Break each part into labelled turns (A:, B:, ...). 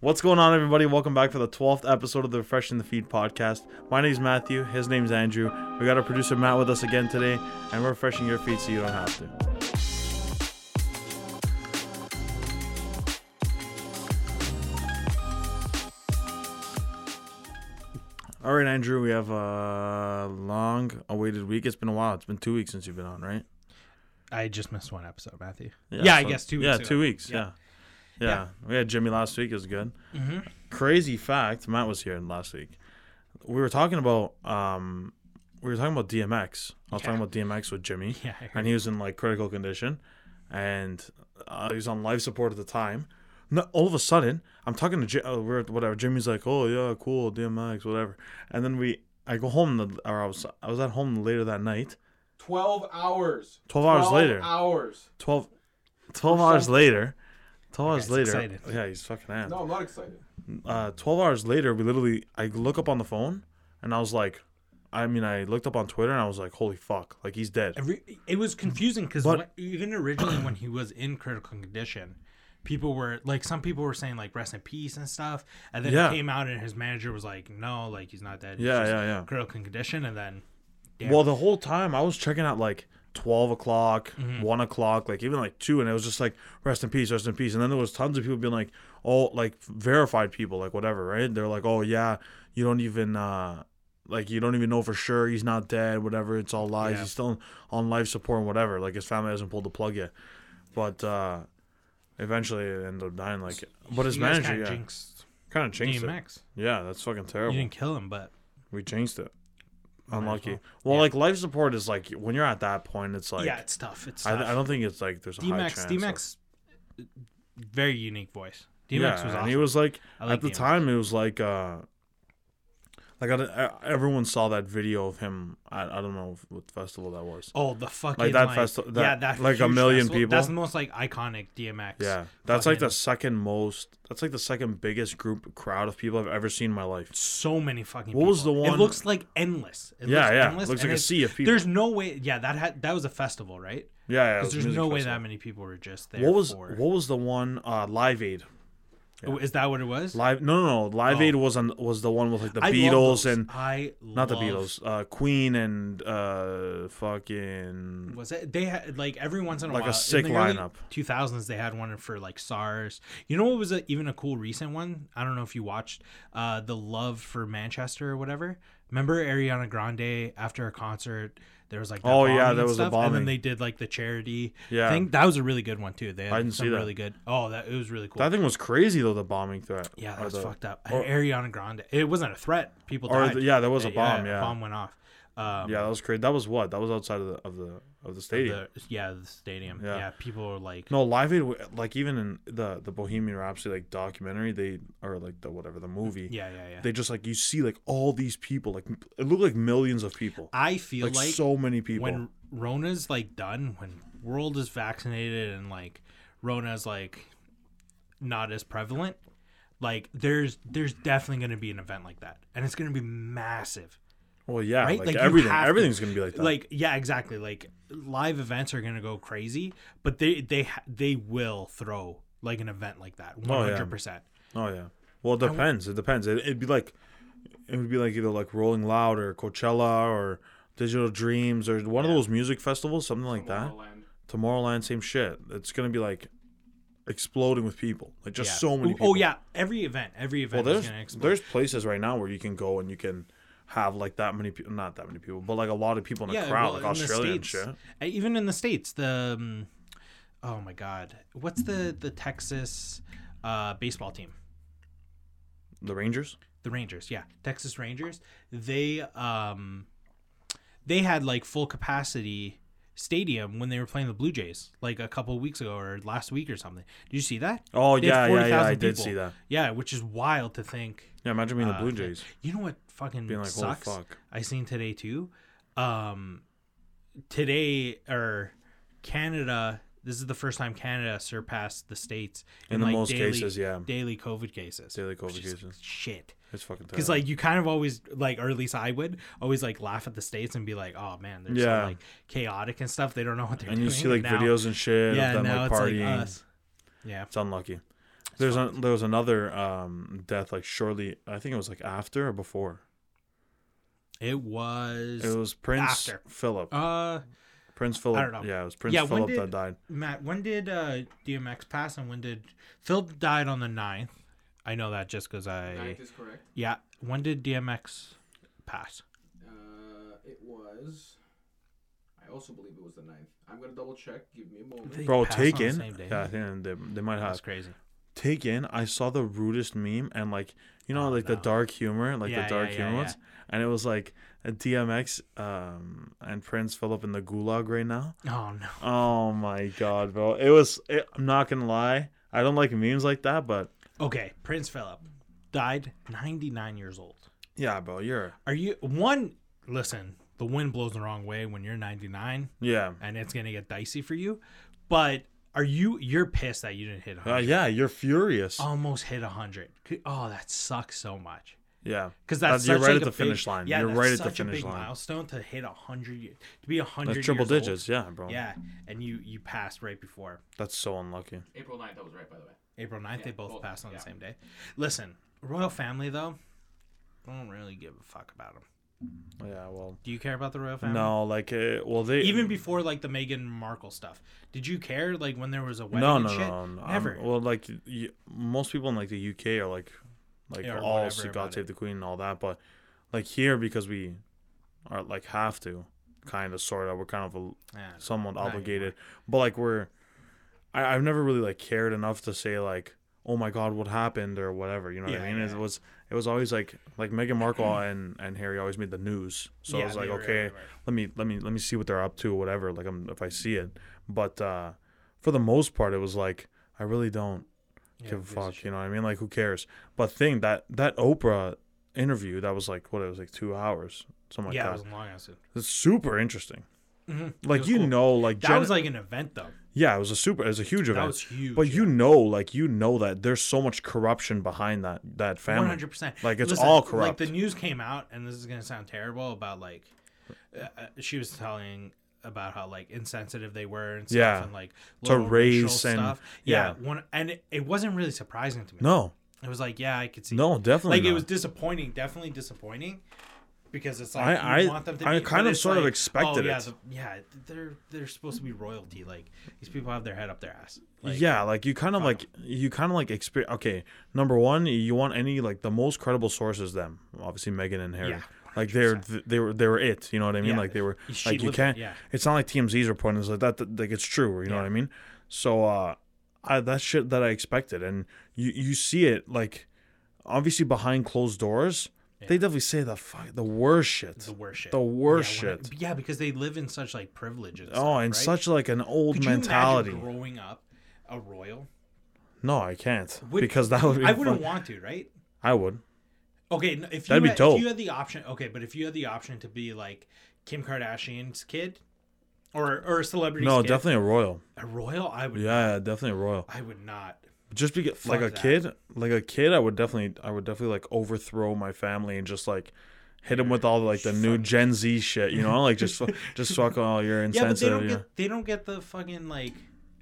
A: What's going on, everybody? Welcome back for the 12th episode of the Refresh in the Feed podcast. My name's Matthew. His name's Andrew. We got our producer Matt with us again today, and we're refreshing your feed so you don't have to. All right, Andrew, we have a long awaited week. It's been a while. It's been two weeks since you've been on, right?
B: I just missed one episode, Matthew. Yeah, I guess two
A: Yeah,
B: weeks
A: two
B: ago.
A: weeks. Yeah.
B: Yeah. Mm-hmm.
A: yeah. We had Jimmy last week. It was good. Crazy fact Matt was here last week. We were talking about. um we were talking about DMX. I was
B: Yeah.
A: talking about DMX with Jimmy,
B: Yeah, I heard.
A: and he was in like critical condition, and uh, he was on life support at the time. No, all of a sudden, I'm talking to J- uh, we're at whatever. Jimmy's like, "Oh yeah, cool, DMX, whatever." And then we, I go home, the, or I was, I was at home later that night.
C: 12 hours.
A: 12 hours later.
C: hours.
A: 12, 12 hours
C: something.
A: later. 12 hours
B: guy's
A: later. oh,
B: excited.
A: Yeah, he's fucking amped.
C: No, I'm not excited.
A: Uh, 12 hours later, we literally, I look up on the phone and I was like, I mean, I looked up on Twitter and I was like, holy fuck, like he's dead.
B: Every- it was confusing because
A: But-
B: even originally when he was in critical condition, people were like, some people were saying like rest in peace and stuff, and then
A: Yeah.
B: it came out and his manager was like, no, like he's not dead. He's
A: Yeah,
B: just
A: yeah, yeah.
B: Critical condition, and then damn,
A: Well, the whole time I was checking out like 12 o'clock,
B: Mm-hmm.
A: 1 o'clock, like even like 2, and it was just like, rest in peace, rest in peace. And then there was tons of people being like, oh, like verified people, like whatever, right? They're like, oh, yeah, you don't even, uh, like you don't even know for sure he's not dead, whatever. It's all lies.
B: Yeah.
A: He's still on life support and whatever. Like his family hasn't pulled the plug yet, but uh eventually it ended up dying. Like, but his
B: you guys
A: manager,
B: kinda
A: yeah,
B: jinxed
A: kind of jinxed it.
B: DMX.
A: Yeah, that's fucking terrible.
B: You didn't kill him, but
A: We jinxed it.
B: as
A: Unlucky. Well,
B: well. Yeah.
A: like life support is like when you're at that point, it's like
B: yeah, it's tough. It's
A: I,
B: tough.
A: I don't think it's like there's a high
B: DMX,
A: chance. of-
B: DMX, very unique voice. DMX
A: yeah,
B: was awesome.
A: and he was like
B: I like
A: at the
B: DMX.
A: time it was like uh like I, don't- I- everyone saw that video of him. I, I don't know what festival that was.
B: Oh, the fucking
A: Like
B: like
A: that festi- that-
B: yeah, that
A: like a
B: huge
A: million
B: festival.
A: people.
B: That's the most like iconic DMX.
A: Yeah, that's like the
B: fucking-
A: second most. That's like the second biggest group crowd of people I've ever seen in my life.
B: so many fucking.
A: What was
B: people.
A: the one-
B: It looks like endless. It
A: Yeah,
B: looks
A: yeah.
B: endless,
A: Looks
B: and
A: like a
B: it's-
A: sea of people.
B: There's no way. Yeah, that had that was a festival, right?
A: Yeah, yeah. it
B: Because
A: was
B: there's
A: music
B: no way
A: festival.
B: that many people were just there.
A: What was
B: for,
A: what was the one uh, Live Aid?
B: Oh, is that? What it was?
A: Live no no no Live
B: Oh.
A: Aid was on was the one with like the
B: I love
A: Beatles
B: those.
A: and
B: I
A: not the
B: love-
A: Beatles, uh, Queen and uh, fucking
B: Was it? They had like every once in a
A: Like a
B: while. in
A: sick
B: the early
A: lineup.
B: 2000s, they had one for like SARS. You know what was a, even a cool recent one? I don't know if you watched uh, the Love for Manchester or whatever. Remember Ariana Grande after a concert? There was like that
A: Oh, yeah,
B: bombing
A: there
B: and
A: was a
B: stuff, and
A: bombing.
B: then they did like the charity
A: Yeah.
B: thing. That was a really good one too. They had
A: I didn't
B: some
A: see that.
B: really good. Oh, that it was really cool.
A: that thing was crazy though the bombing threat.
B: yeah,
A: Or
B: that was
A: the-
B: fucked up.
A: or-
B: and Ariana Grande. It wasn't a threat. People
A: Or
B: died.
A: the- yeah, there was a bomb, yeah.
B: a bomb went off. Um,
A: Yeah, that was crazy. That was what that was outside of the of the of the stadium.
B: the, yeah, the stadium.
A: Yeah.
B: Yeah, people were like.
A: No, Live Aid w- like even in the the Bohemian Rhapsody like documentary they or like the whatever the movie
B: Yeah, yeah, yeah.
A: they just like you see like all these people like it looked like millions of people
B: I feel
A: like,
B: like,
A: so many people.
B: when Rona's like done, when world is vaccinated and like Rona's like not as prevalent, like there's there's definitely going to be an event like that, and it's going to be massive,
A: well, yeah,
B: right?
A: like,
B: you
A: everything
B: have to-
A: everything's gonna be like that.
B: Like yeah, exactly. Like live events are going to go crazy, but they they ha- they will throw like an event like that, one hundred percent.
A: Oh yeah. Well, it depends. It depends. It, it'd be like, it would be like either like Rolling Loud or Coachella or Digital Dreams or one of those music festivals, something like that.
C: Tomorrowland.
A: Tomorrowland, same shit. It's gonna be like exploding with people, like just so many. people.
B: Oh yeah, every event, every
A: Well,
B: event is
A: there's
B: going to explode.
A: there's places right now where you can go and you can have like that many people, not that many people, but like a lot of people in a crowd,
B: well,
A: like
B: in the
A: Australia and
B: States-
A: shit.
B: uh, Even in the states, the um, oh my god, what's the the Texas uh, baseball team?
A: The Rangers.
B: The Rangers, yeah, Texas Rangers. They um, they had like full capacity stadium when they were playing the Blue Jays, like a couple weeks ago or last week or something. Did you see that?
A: Oh
B: They had
A: yeah, yeah, yeah. I
B: 40,000
A: did
B: people.
A: see that.
B: Yeah, which is wild to think.
A: Yeah, imagine being
B: uh,
A: the Blue Jays.
B: You know what fucking
A: Being like, holy
B: sucks?
A: fuck.
B: I seen today too. Um, today or Canada. This is the first time Canada surpassed the states
A: In the most cases, yeah.
B: daily COVID cases.
A: Daily COVID
B: which is
A: cases.
B: shit.
A: It's fucking terrible.
B: Because like you kind of always like, or at least I would always like laugh at the states and be like, "Oh man, they're
A: Yeah.
B: so like chaotic and stuff. They don't know what they're
A: and
B: doing."
A: you see like
B: now-
A: videos and shit
B: yeah,
A: of them
B: now
A: like
B: it's
A: partying.
B: like us. Yeah,
A: It's unlucky. There's a, there was another um, death like shortly. I think it was like after or before.
B: It was
A: It was Prince
B: after.
A: Philip.
B: uh
A: Prince Philip.
B: know.
A: Yeah, it was Prince
B: Yeah, when
A: Philip
B: did-
A: that died.
B: Matt, when did uh DMX pass and when did Philip died on the 9th? I know that just cuz I
C: Ninth is correct.
B: Yeah, when did DMX pass?
C: Uh, it was. I also believe it was the ninth. I'm gonna double check. Give me a moment.
B: They
A: Bro,
B: passed on the
A: Taken.
B: same day.
A: Yeah, I think they, they might have
B: That's crazy.
A: Taken. I saw the rudest meme and like you know
B: Oh,
A: like
B: no.
A: the dark humor, like
B: Yeah, yeah,
A: the dark
B: yeah,
A: humor
B: yeah.
A: ones, and it was like a DMX um, and Prince Philip in the gulag right now.
B: Oh no.
A: Oh my god, bro! It was. It, I'm not gonna lie. I don't like memes like that, but
B: Okay, Prince Philip died 99 years old.
A: yeah, bro, you're
B: Are you one listen, the wind blows the wrong way when you're 99
A: yeah,
B: and it's going to get dicey for you, but are you you're pissed that you didn't hit
A: uh,
B: 100?
A: yeah, you're furious.
B: Almost hit 100. C- Oh, that sucks so much.
A: yeah,
B: Because that's
A: That's- Uh, you're
B: such,
A: right at
B: like, a
A: the finish
B: big-
A: line.
B: Yeah,
A: You're
B: that's
A: right at the
B: such
A: finish
B: a big
A: line.
B: milestone to hit 100 ye- to be 100
A: that's triple
B: years old.
A: digits. Yeah, bro.
B: Yeah, and you you passed right before.
A: that's so unlucky.
C: April 9th, that was right, by the way.
B: April 9th, they
C: Yeah,
B: both
C: both,
B: passed on
C: yeah.
B: the same day. Listen, royal family though, I don't really give a fuck about them.
A: Yeah, well,
B: Do you care about the royal family?
A: no, like, uh, well, they
B: Um, Even before like the Meghan Markle stuff, did you care like when there was a wedding?
A: no,
B: and
A: no,
B: shit?
A: no, no, I'm-
B: never.
A: well, like y most people in like the UK are like, like
B: Yeah, or
A: all
B: whatever about
A: God save
B: it.
A: the Queen and all that, but like here because we are like have to kind of sort of we're kind of a,
B: Yeah, no,
A: somewhat
B: not
A: obligated, but like we're, I, I've never really like cared enough to say like, oh my God, what happened or whatever. You know what
B: Yeah,
A: I mean?
B: yeah.
A: It was it was always like like Meghan Markle and and Harry always made the news, so
B: Yeah,
A: I was like,
B: they were-
A: okay,
B: they were-
A: let me let me let me see what they're up to, whatever. Like I'm if I see it, but uh, for the most part, it was like I really don't
B: yeah,
A: give a
B: who gives
A: fuck.
B: shit?
A: You know what I mean? Like who cares? But thing that that Oprah interview that was like what it was like two hours, something like
B: yeah, it
A: that.
B: was long ass.
A: it's super interesting.
B: Mhm, it
A: Like
B: was
A: you
B: cool.
A: know, like
B: that
A: Jen-
B: was like an event though.
A: yeah, it was a super, it was a huge event.
B: That was huge.
A: but you know, like you know that there's so much corruption behind that that
B: One
A: family.
B: hundred percent.
A: Like, it's all
B: Like
A: corrupt.
B: the news came out, and this is gonna sound terrible about like uh, uh, she was telling about how like insensitive they were and stuff,
A: Yeah.
B: and like
A: To
B: little
A: race
B: racial
A: and-
B: stuff. Yeah,
A: yeah.
B: one and it, it wasn't really surprising to me.
A: No,
B: it was like yeah, I could see.
A: no, definitely.
B: like it
A: not.
B: was disappointing, definitely disappointing. Because it's like
A: I-
B: you
A: I-
B: want them to
A: I
B: be,
A: kind
B: but
A: of
B: it's
A: sort of
B: like,
A: expected
B: oh, yeah,
A: it.
B: the- yeah, they're they're supposed to be royalty. Like these people have their head up their ass. Like,
A: yeah, like you kind of like you kind of like experience. Okay, number one, you want any like the most credible sources. Them obviously Megan and Harry.
B: Yeah,
A: Like they're th- they were they were it. You know what I mean?
B: Yeah,
A: like they were
B: she
A: like you
B: lived it,
A: can't.
B: yeah.
A: It's not like TMZ's reporting. It's like that. that- Like it's true. You know
B: Yeah.
A: what I mean? So uh, I, that shit that I expected, and you you see it like obviously behind closed doors. They definitely say the fuck the worst shit.
B: the worst shit.
A: The worst
B: yeah, when
A: shit.
B: it- yeah, because they live in such like privilege. And stuff,
A: oh, and
B: right?
A: such like an old
B: Could you imagine
A: mentality.
B: growing up a royal,
A: No, I can't
B: Would-
A: because that would be
B: I wouldn't
A: fuck-
B: want to, right?
A: I would.
B: Okay, n- if you
A: That'd be
B: had,
A: dope.
B: If you had the option, okay, but if you had the option to be like Kim Kardashian's kid, or or a celebrity's
A: No,
B: kid,
A: definitely a royal.
B: a royal, I would,
A: Yeah, yeah, definitely royal.
B: I would not.
A: Just because, like a
B: that.
A: kid, like a kid, I would definitely, I would definitely like overthrow my family and just like hit them with all the, like the new Gen Z shit, you know, like just fu- just fuck all your
B: Yeah, but they
A: insensitive.
B: don't
A: Yeah,
B: get they don't get the fucking like,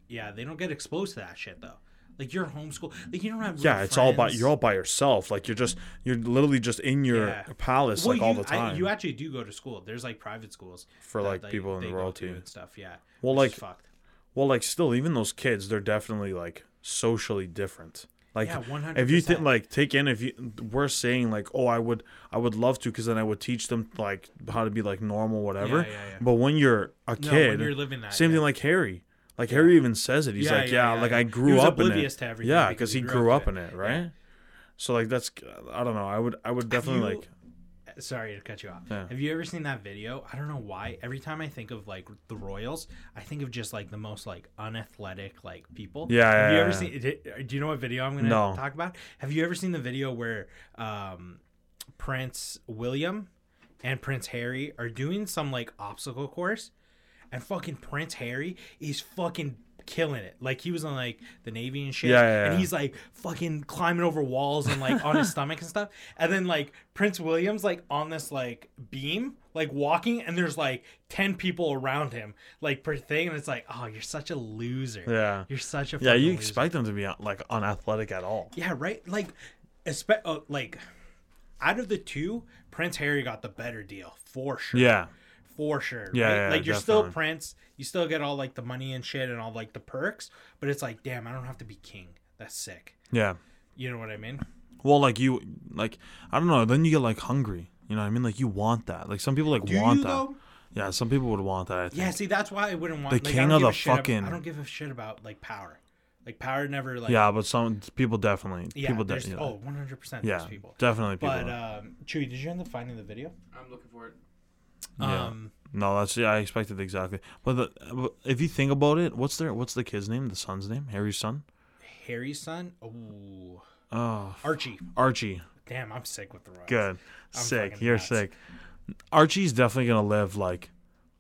B: yeah, they don't get exposed to that shit though. Like you're homeschool, like you don't have. real
A: yeah, it's all by
B: friends.
A: you're all by yourself. Like you're just you're literally just in your
B: Yeah.
A: palace
B: Well,
A: like all
B: you-
A: the
B: I-
A: time.
B: you actually do go to school. There's like private schools
A: For,
B: that,
A: like, people in
B: they
A: the
B: go
A: royalty.
B: to and stuff. Yeah.
A: Well,
B: which is
A: like,
B: fucked.
A: well, like still, even those kids, they're definitely like socially different. Like
B: Yeah, 100%.
A: if you think like take in if you we're saying like oh I would I would love to because then I would teach them like how to be like normal whatever.
B: Yeah, yeah, yeah.
A: But when you're a
B: No,
A: kid,
B: when you're living that,
A: same
B: yeah.
A: thing like Harry. Like Harry even says it. He's
B: Yeah,
A: like
B: yeah,
A: yeah,
B: yeah,
A: like
B: yeah.
A: I
B: He
A: grew
B: was
A: up
B: oblivious
A: in it.
B: to everything
A: yeah,
B: because
A: because
B: he
A: he
B: grew
A: grew
B: up
A: up
B: in
A: in it, right? So like that's I don't know. I would I would definitely
B: you-
A: like
B: Sorry to cut you off.
A: Yeah.
B: Have you ever seen that video? I don't know why. Every time I think of like the Royals, I think of just like the most like unathletic like people.
A: Yeah,
B: Have
A: yeah,
B: you ever
A: yeah.
B: seen? di- Do you know what video I'm gonna
A: No.
B: talk about? Have you ever seen the video where um, Prince William and Prince Harry are doing some like obstacle course, and fucking Prince Harry is fucking killing it. Like he was on like the Navy and shit.
A: Yeah, yeah, yeah.
B: And he's like fucking climbing over walls and like on his stomach and stuff. And then like Prince William's like on this like beam, like walking, and there's like ten people around him, like per thing, and it's like, oh, you're such a loser.
A: Yeah.
B: You're such a
A: Yeah,
B: fucking
A: you
B: loser.
A: expect them to be uh, like unathletic at all.
B: Yeah, right. Like, espe- uh, like out of the two, Prince Harry got the better deal for sure.
A: Yeah.
B: for sure.
A: Yeah,
B: right?
A: yeah,
B: like you're still
A: definitely.
B: Prince, you still get all like the money and shit and all like the perks, but it's like, damn, I don't have to be king. That's sick.
A: Yeah.
B: You know what I mean?
A: Well, like you, like I don't know. Then you get like hungry. You know what I mean? Like you want that. Like some people like
B: Do
A: want
B: you
A: that.
B: though?
A: Yeah, some people would want that. I think.
B: Yeah, see, that's why I wouldn't want
A: The
B: like, I
A: king
B: don't
A: of
B: give a
A: the
B: shit ab-
A: fucking-
B: I don't give a shit about like power. Like power never like
A: Yeah, but some people definitely.
B: yeah.
A: people
B: there's,
A: definitely.
B: oh, 100 percent
A: yeah,
B: there's people.
A: definitely people.
B: But um, Chewy, did you end up finding the video?
C: I'm looking for it.
A: Yeah.
B: Um,
A: no, that's yeah. I expected exactly. But the, but if you think about it, what's their what's the kid's name? The son's name? Harry's son?
B: Harry's son. Oh,
A: Oh,
B: Archie.
A: Archie.
B: Damn, I'm sick with the Royals.
A: Good.
B: I'm
A: sick.
B: fucking
A: You're
B: nuts.
A: sick. Archie's definitely gonna live like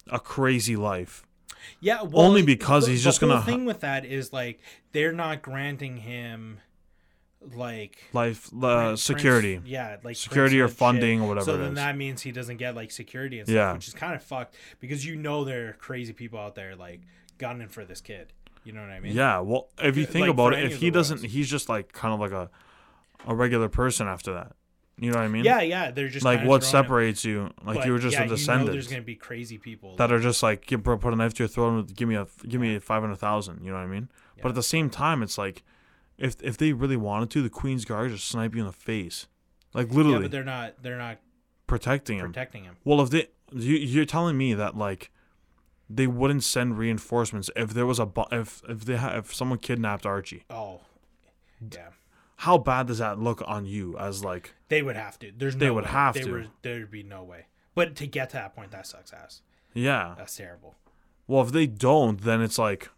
A: a crazy life.
B: Yeah, well,
A: Only
B: it-
A: because
B: the-
A: he's
B: the
A: just
B: whole
A: gonna-
B: thing with that is like they're not granting him like
A: Life uh,
B: prin-
A: security.
B: prince- yeah, like
A: Security or
B: princely shit.
A: funding or whatever
B: So
A: it
B: then
A: is.
B: that means he doesn't get like security and stuff,
A: Yeah.
B: which is kind of fucked because you know there are crazy people out there like gunning for this kid. You know what I mean?
A: Yeah, well, if you
B: Yeah,
A: think
B: like,
A: about
B: for
A: it,
B: any
A: if
B: of
A: he
B: the
A: doesn't,
B: roles.
A: he's just like kind of like a a regular person after that. You know what I mean?
B: yeah, yeah. They're just
A: Like
B: kinda
A: what
B: throwing him-
A: separates you? Like
B: but
A: you were just
B: yeah,
A: a
B: You know
A: descendant
B: there's gonna be crazy people
A: that are just like give, bro, put a knife to your throat and give me a give me five hundred thousand. You know what I mean? But
B: Yeah.
A: at the same time, it's like if if they really wanted to, the Queen's Guard just snipe you in the face, like
B: yeah,
A: literally
B: but they're not. They're not
A: protecting him.
B: protecting him.
A: Well, if they you, you're telling me that like they wouldn't send reinforcements if there was a bu- if if they ha- if someone kidnapped Archie.
B: Oh, yeah.
A: how bad does that look on you as like
B: They would have to. There's no
A: They would
B: way.
A: have
B: They
A: to.
B: were- there'd be no way. But to get to that point, that sucks ass.
A: yeah
B: That's terrible.
A: well if they don't then it's like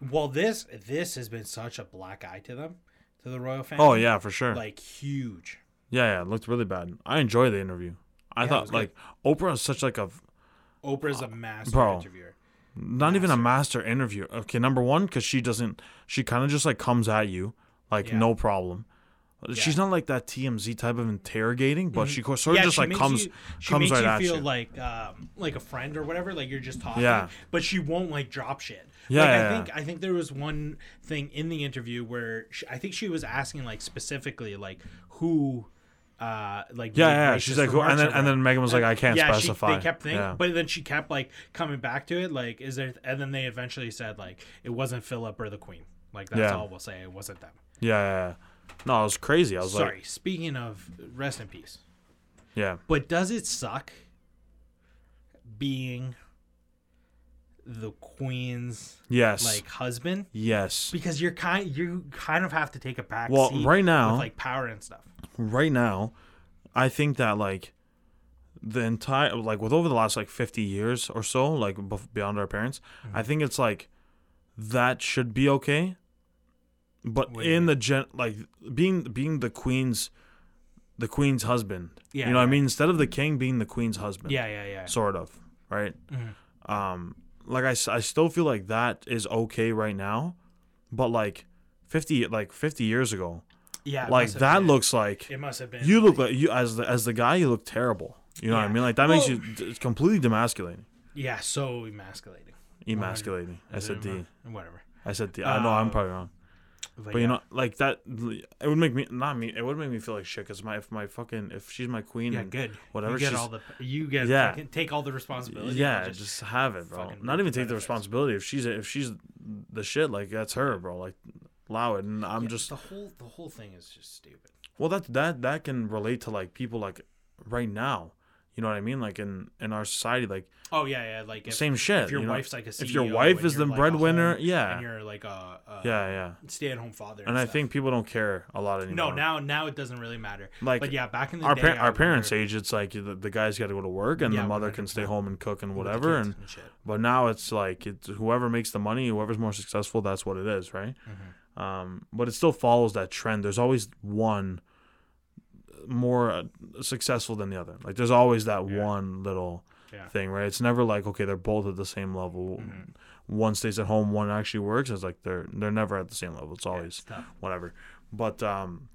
B: Well, this this has been such a black eye to them, to the royal family.
A: oh yeah for sure
B: like huge.
A: yeah yeah it looked really bad i enjoyed the interview i
B: Yeah, it was
A: thought
B: good.
A: like oprah is such like a
B: Oprah's a master
A: bro.
B: interviewer.
A: not even a master interview okay number one because she doesn't she kind of just like comes at you like
B: Yeah.
A: no problem she's not like that tmz type of interrogating but she sort of
B: Mm-hmm. yeah,
A: just
B: she
A: like
B: makes
A: comes
B: you, she
A: comes
B: makes
A: right
B: you
A: at
B: feel
A: you
B: like um, like a friend or whatever. Like you're just talking.
A: Yeah.
B: But she won't like drop shit.
A: Yeah,
B: Like,
A: yeah,
B: I think I think there was one thing in the interview where she, I think she was asking like specifically like who. Uh, like
A: yeah
B: made
A: yeah
B: racist
A: she's like who-
B: remarks
A: and then
B: or
A: and
B: whatever.
A: then megan was like i can't
B: yeah, She,
A: specify
B: they kept thinking,
A: yeah.
B: but then she kept like coming back to it. Like, is there? And then they eventually said like it wasn't Philip or the Queen. Like that's
A: Yeah.
B: all we'll say. It wasn't them.
A: yeah, yeah, yeah. no it was crazy i was
B: Sorry.
A: like
B: Speaking of rest in peace,
A: yeah
B: but does it suck being the Queen's
A: yes
B: like husband?
A: yes
B: Because you're kind, you kind of have to take a back
A: Well,
B: seat
A: right now-
B: with like power and stuff.
A: right now, I think that like the entire like with over the last like 50 years or so, like bef- beyond our parents, I
B: Mm-hmm.
A: think it's like that should be okay. But
B: What do you
A: in
B: mean?
A: the gen like being being the queen's the queen's husband.
B: Yeah,
A: you know what I
B: yeah.
A: mean? Instead of the king being the queen's husband.
B: Yeah, Mm-hmm. yeah, yeah.
A: Sort of, right? Um like I, s- I still feel like that is okay right now, but like 50 like 50 years ago,
B: yeah, it
A: like
B: must have
A: that
B: been-
A: looks like
B: It must have been.
A: you look like you as the, as the guy. You look terrible. You know what I
B: Yeah.
A: mean? Like that makes
B: Well-
A: you d- it's completely demasculating.
B: yeah, so emasculating.
A: Emasculating. I said D.
B: Whatever.
A: I said D. I know I'm
B: Um,
A: probably wrong, but you know, like that. It would make me not me. It would make me feel like shit. Cause my if my fucking if she's my queen,
B: yeah,
A: and
B: good.
A: Whatever
B: you get
A: she's
B: all the you get
A: Yeah.
B: fucking take all the responsibility.
A: yeah,
B: and
A: just, have it, bro.
B: fucking
A: Not even
B: rip
A: take the
B: benefits.
A: responsibility. If she's if she's the shit, like that's her, bro. Like allow it. And I'm
B: yeah,
A: just
B: the whole the whole thing is just stupid.
A: well that that that can relate to like people like right now. You know what I mean? Like in in our society, like
B: Oh yeah, yeah. Like if,
A: same shit.
B: if your
A: you know?
B: wife's like a CEO
A: if your wife
B: and
A: is
B: you're
A: the
B: like a
A: breadwinner,
B: home-
A: yeah,
B: and you're like a, a
A: yeah, yeah.
B: stay at home father.
A: And I
B: stuff.
A: think people don't care a lot anymore.
B: no, now now it doesn't really matter.
A: Like,
B: but yeah, back in the
A: our
B: day,
A: par-
B: I
A: our parents'
B: wonder
A: age, it's like the, the guy's got to go to work, and
B: Yeah,
A: the mother can stay
B: 100%.
A: home and cook and
B: with the
A: whatever.
B: kids
A: And
B: shit.
A: but now it's like it's whoever makes the money, whoever's more successful, that's what it is, right?
B: Mm-hmm.
A: Um, but it still follows that trend. There's always one more uh, successful than the other. Like there's always that one little
B: Yeah. Mm-hmm.
A: thing, right? It's never like okay, they're both at the same level. One stays at home, one actually works. It's like they're they're never at the same level. It's always
B: It's tough.
A: whatever. But um,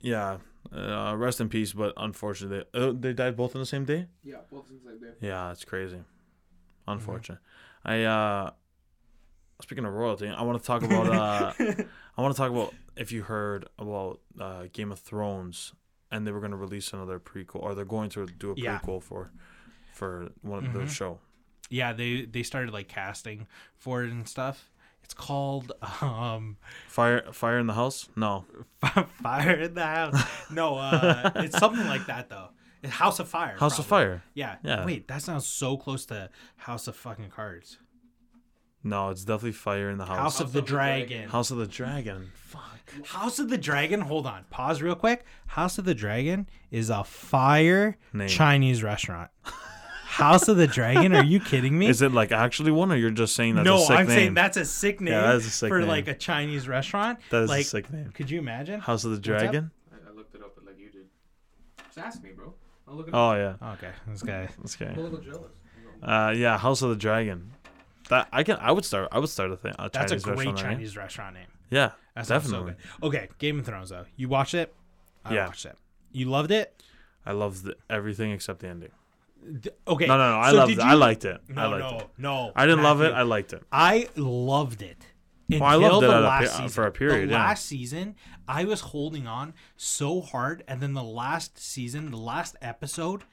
A: yeah, uh, rest in peace. But unfortunately, they, uh, they died both on the same day.
C: Yeah, both things like that.
A: Yeah, it's crazy. Unfortunate.
B: Mm-hmm.
A: I uh speaking of royalty, I want to talk about uh I want to talk about if you heard about uh Game of Thrones and they were going to release another prequel or they're going to do a
B: Yeah.
A: prequel for for one of the
B: Mhm.
A: show.
B: Yeah, they they started like casting for it and stuff. It's called um
A: Fire Fire in the House? No.
B: Fire in the House. No, uh it's something like that though. It's House of Fire.
A: House of
B: probably.
A: Fire.
B: Yeah.
A: Yeah.
B: Wait, that sounds so close to House of fucking Cards.
A: No, it's definitely Fire in the House.
B: House,
A: House,
B: of the, Dragon.
A: of the Dragon.
B: House of the Dragon. Hold on. Pause real quick. House of the Dragon is a fire
A: Name.
B: Chinese restaurant. House of the Dragon? Are you kidding me?
A: Is it like actually one or you're just saying that's a
B: no,
A: sick
B: I'm
A: name?
B: saying that's a sick name
A: that is a sick
B: for
A: name.
B: like a Chinese restaurant.
A: That is
B: like,
A: a sick name.
B: Could you imagine?
A: House of the
B: up?
A: Dragon?
C: I, I looked it up but like you did. Just ask me, bro. I'll look it up.
A: Oh yeah.
B: Okay, this guy.
A: That's okay.
C: I'm a little jealous.
A: Uh, yeah, House of the Dragon. That I can. I would start. I would start a thing. A
B: That's
A: Chinese
B: a great
A: restaurant, right?
B: Chinese restaurant name.
A: Yeah,
B: That sounds
A: definitely.
B: So good. Okay, Game of Thrones though. You watched it? I
A: Yeah.
B: watched it. You loved it?
A: I loved the, everything except the ending.
B: D- Okay.
A: No, no, no. I
B: so
A: loved
B: did
A: it. I
B: you-
A: liked it.
B: No,
A: I liked
B: no,
A: it.
B: no.
A: I didn't love it.
B: Matthew.
A: I liked it.
B: I loved it. Until
A: I loved it
B: the
A: at a
B: last
A: pe-
B: season.
A: for a period,
B: The
A: yeah.
B: last season, I was holding on so hard, and then the last season, the last episode,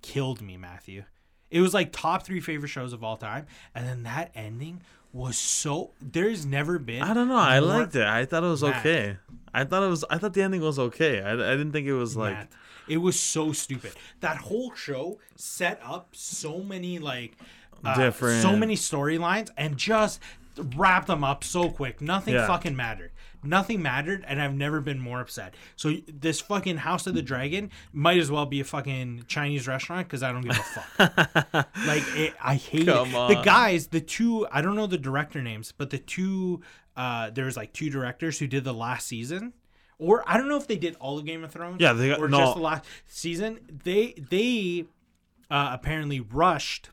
B: killed me, Matthew. It was like top three favorite shows of all time, and then that ending was so. There's never been.
A: I don't know. I
B: more-
A: liked it. I thought it was
B: Matt.
A: okay. I thought it was. I thought the ending was okay. I, I didn't think it was like.
B: Matt. It was so stupid. That whole show set up so many like uh,
A: Different-
B: so many storylines, and just wrapped them up so quick. Nothing
A: Yeah.
B: fucking mattered. Nothing mattered, and I've never been more upset. So this fucking House of the Dragon might as well be a fucking Chinese restaurant because I don't give a fuck. like it, I hate
A: Come
B: it. The
A: on.
B: guys, the two, I don't know the director names, but the two, uh, there's like two directors who did the last season. Or I don't know if they did all of Game of Thrones.
A: Yeah, they got-
B: or
A: no.
B: just the last season. They they uh, apparently rushed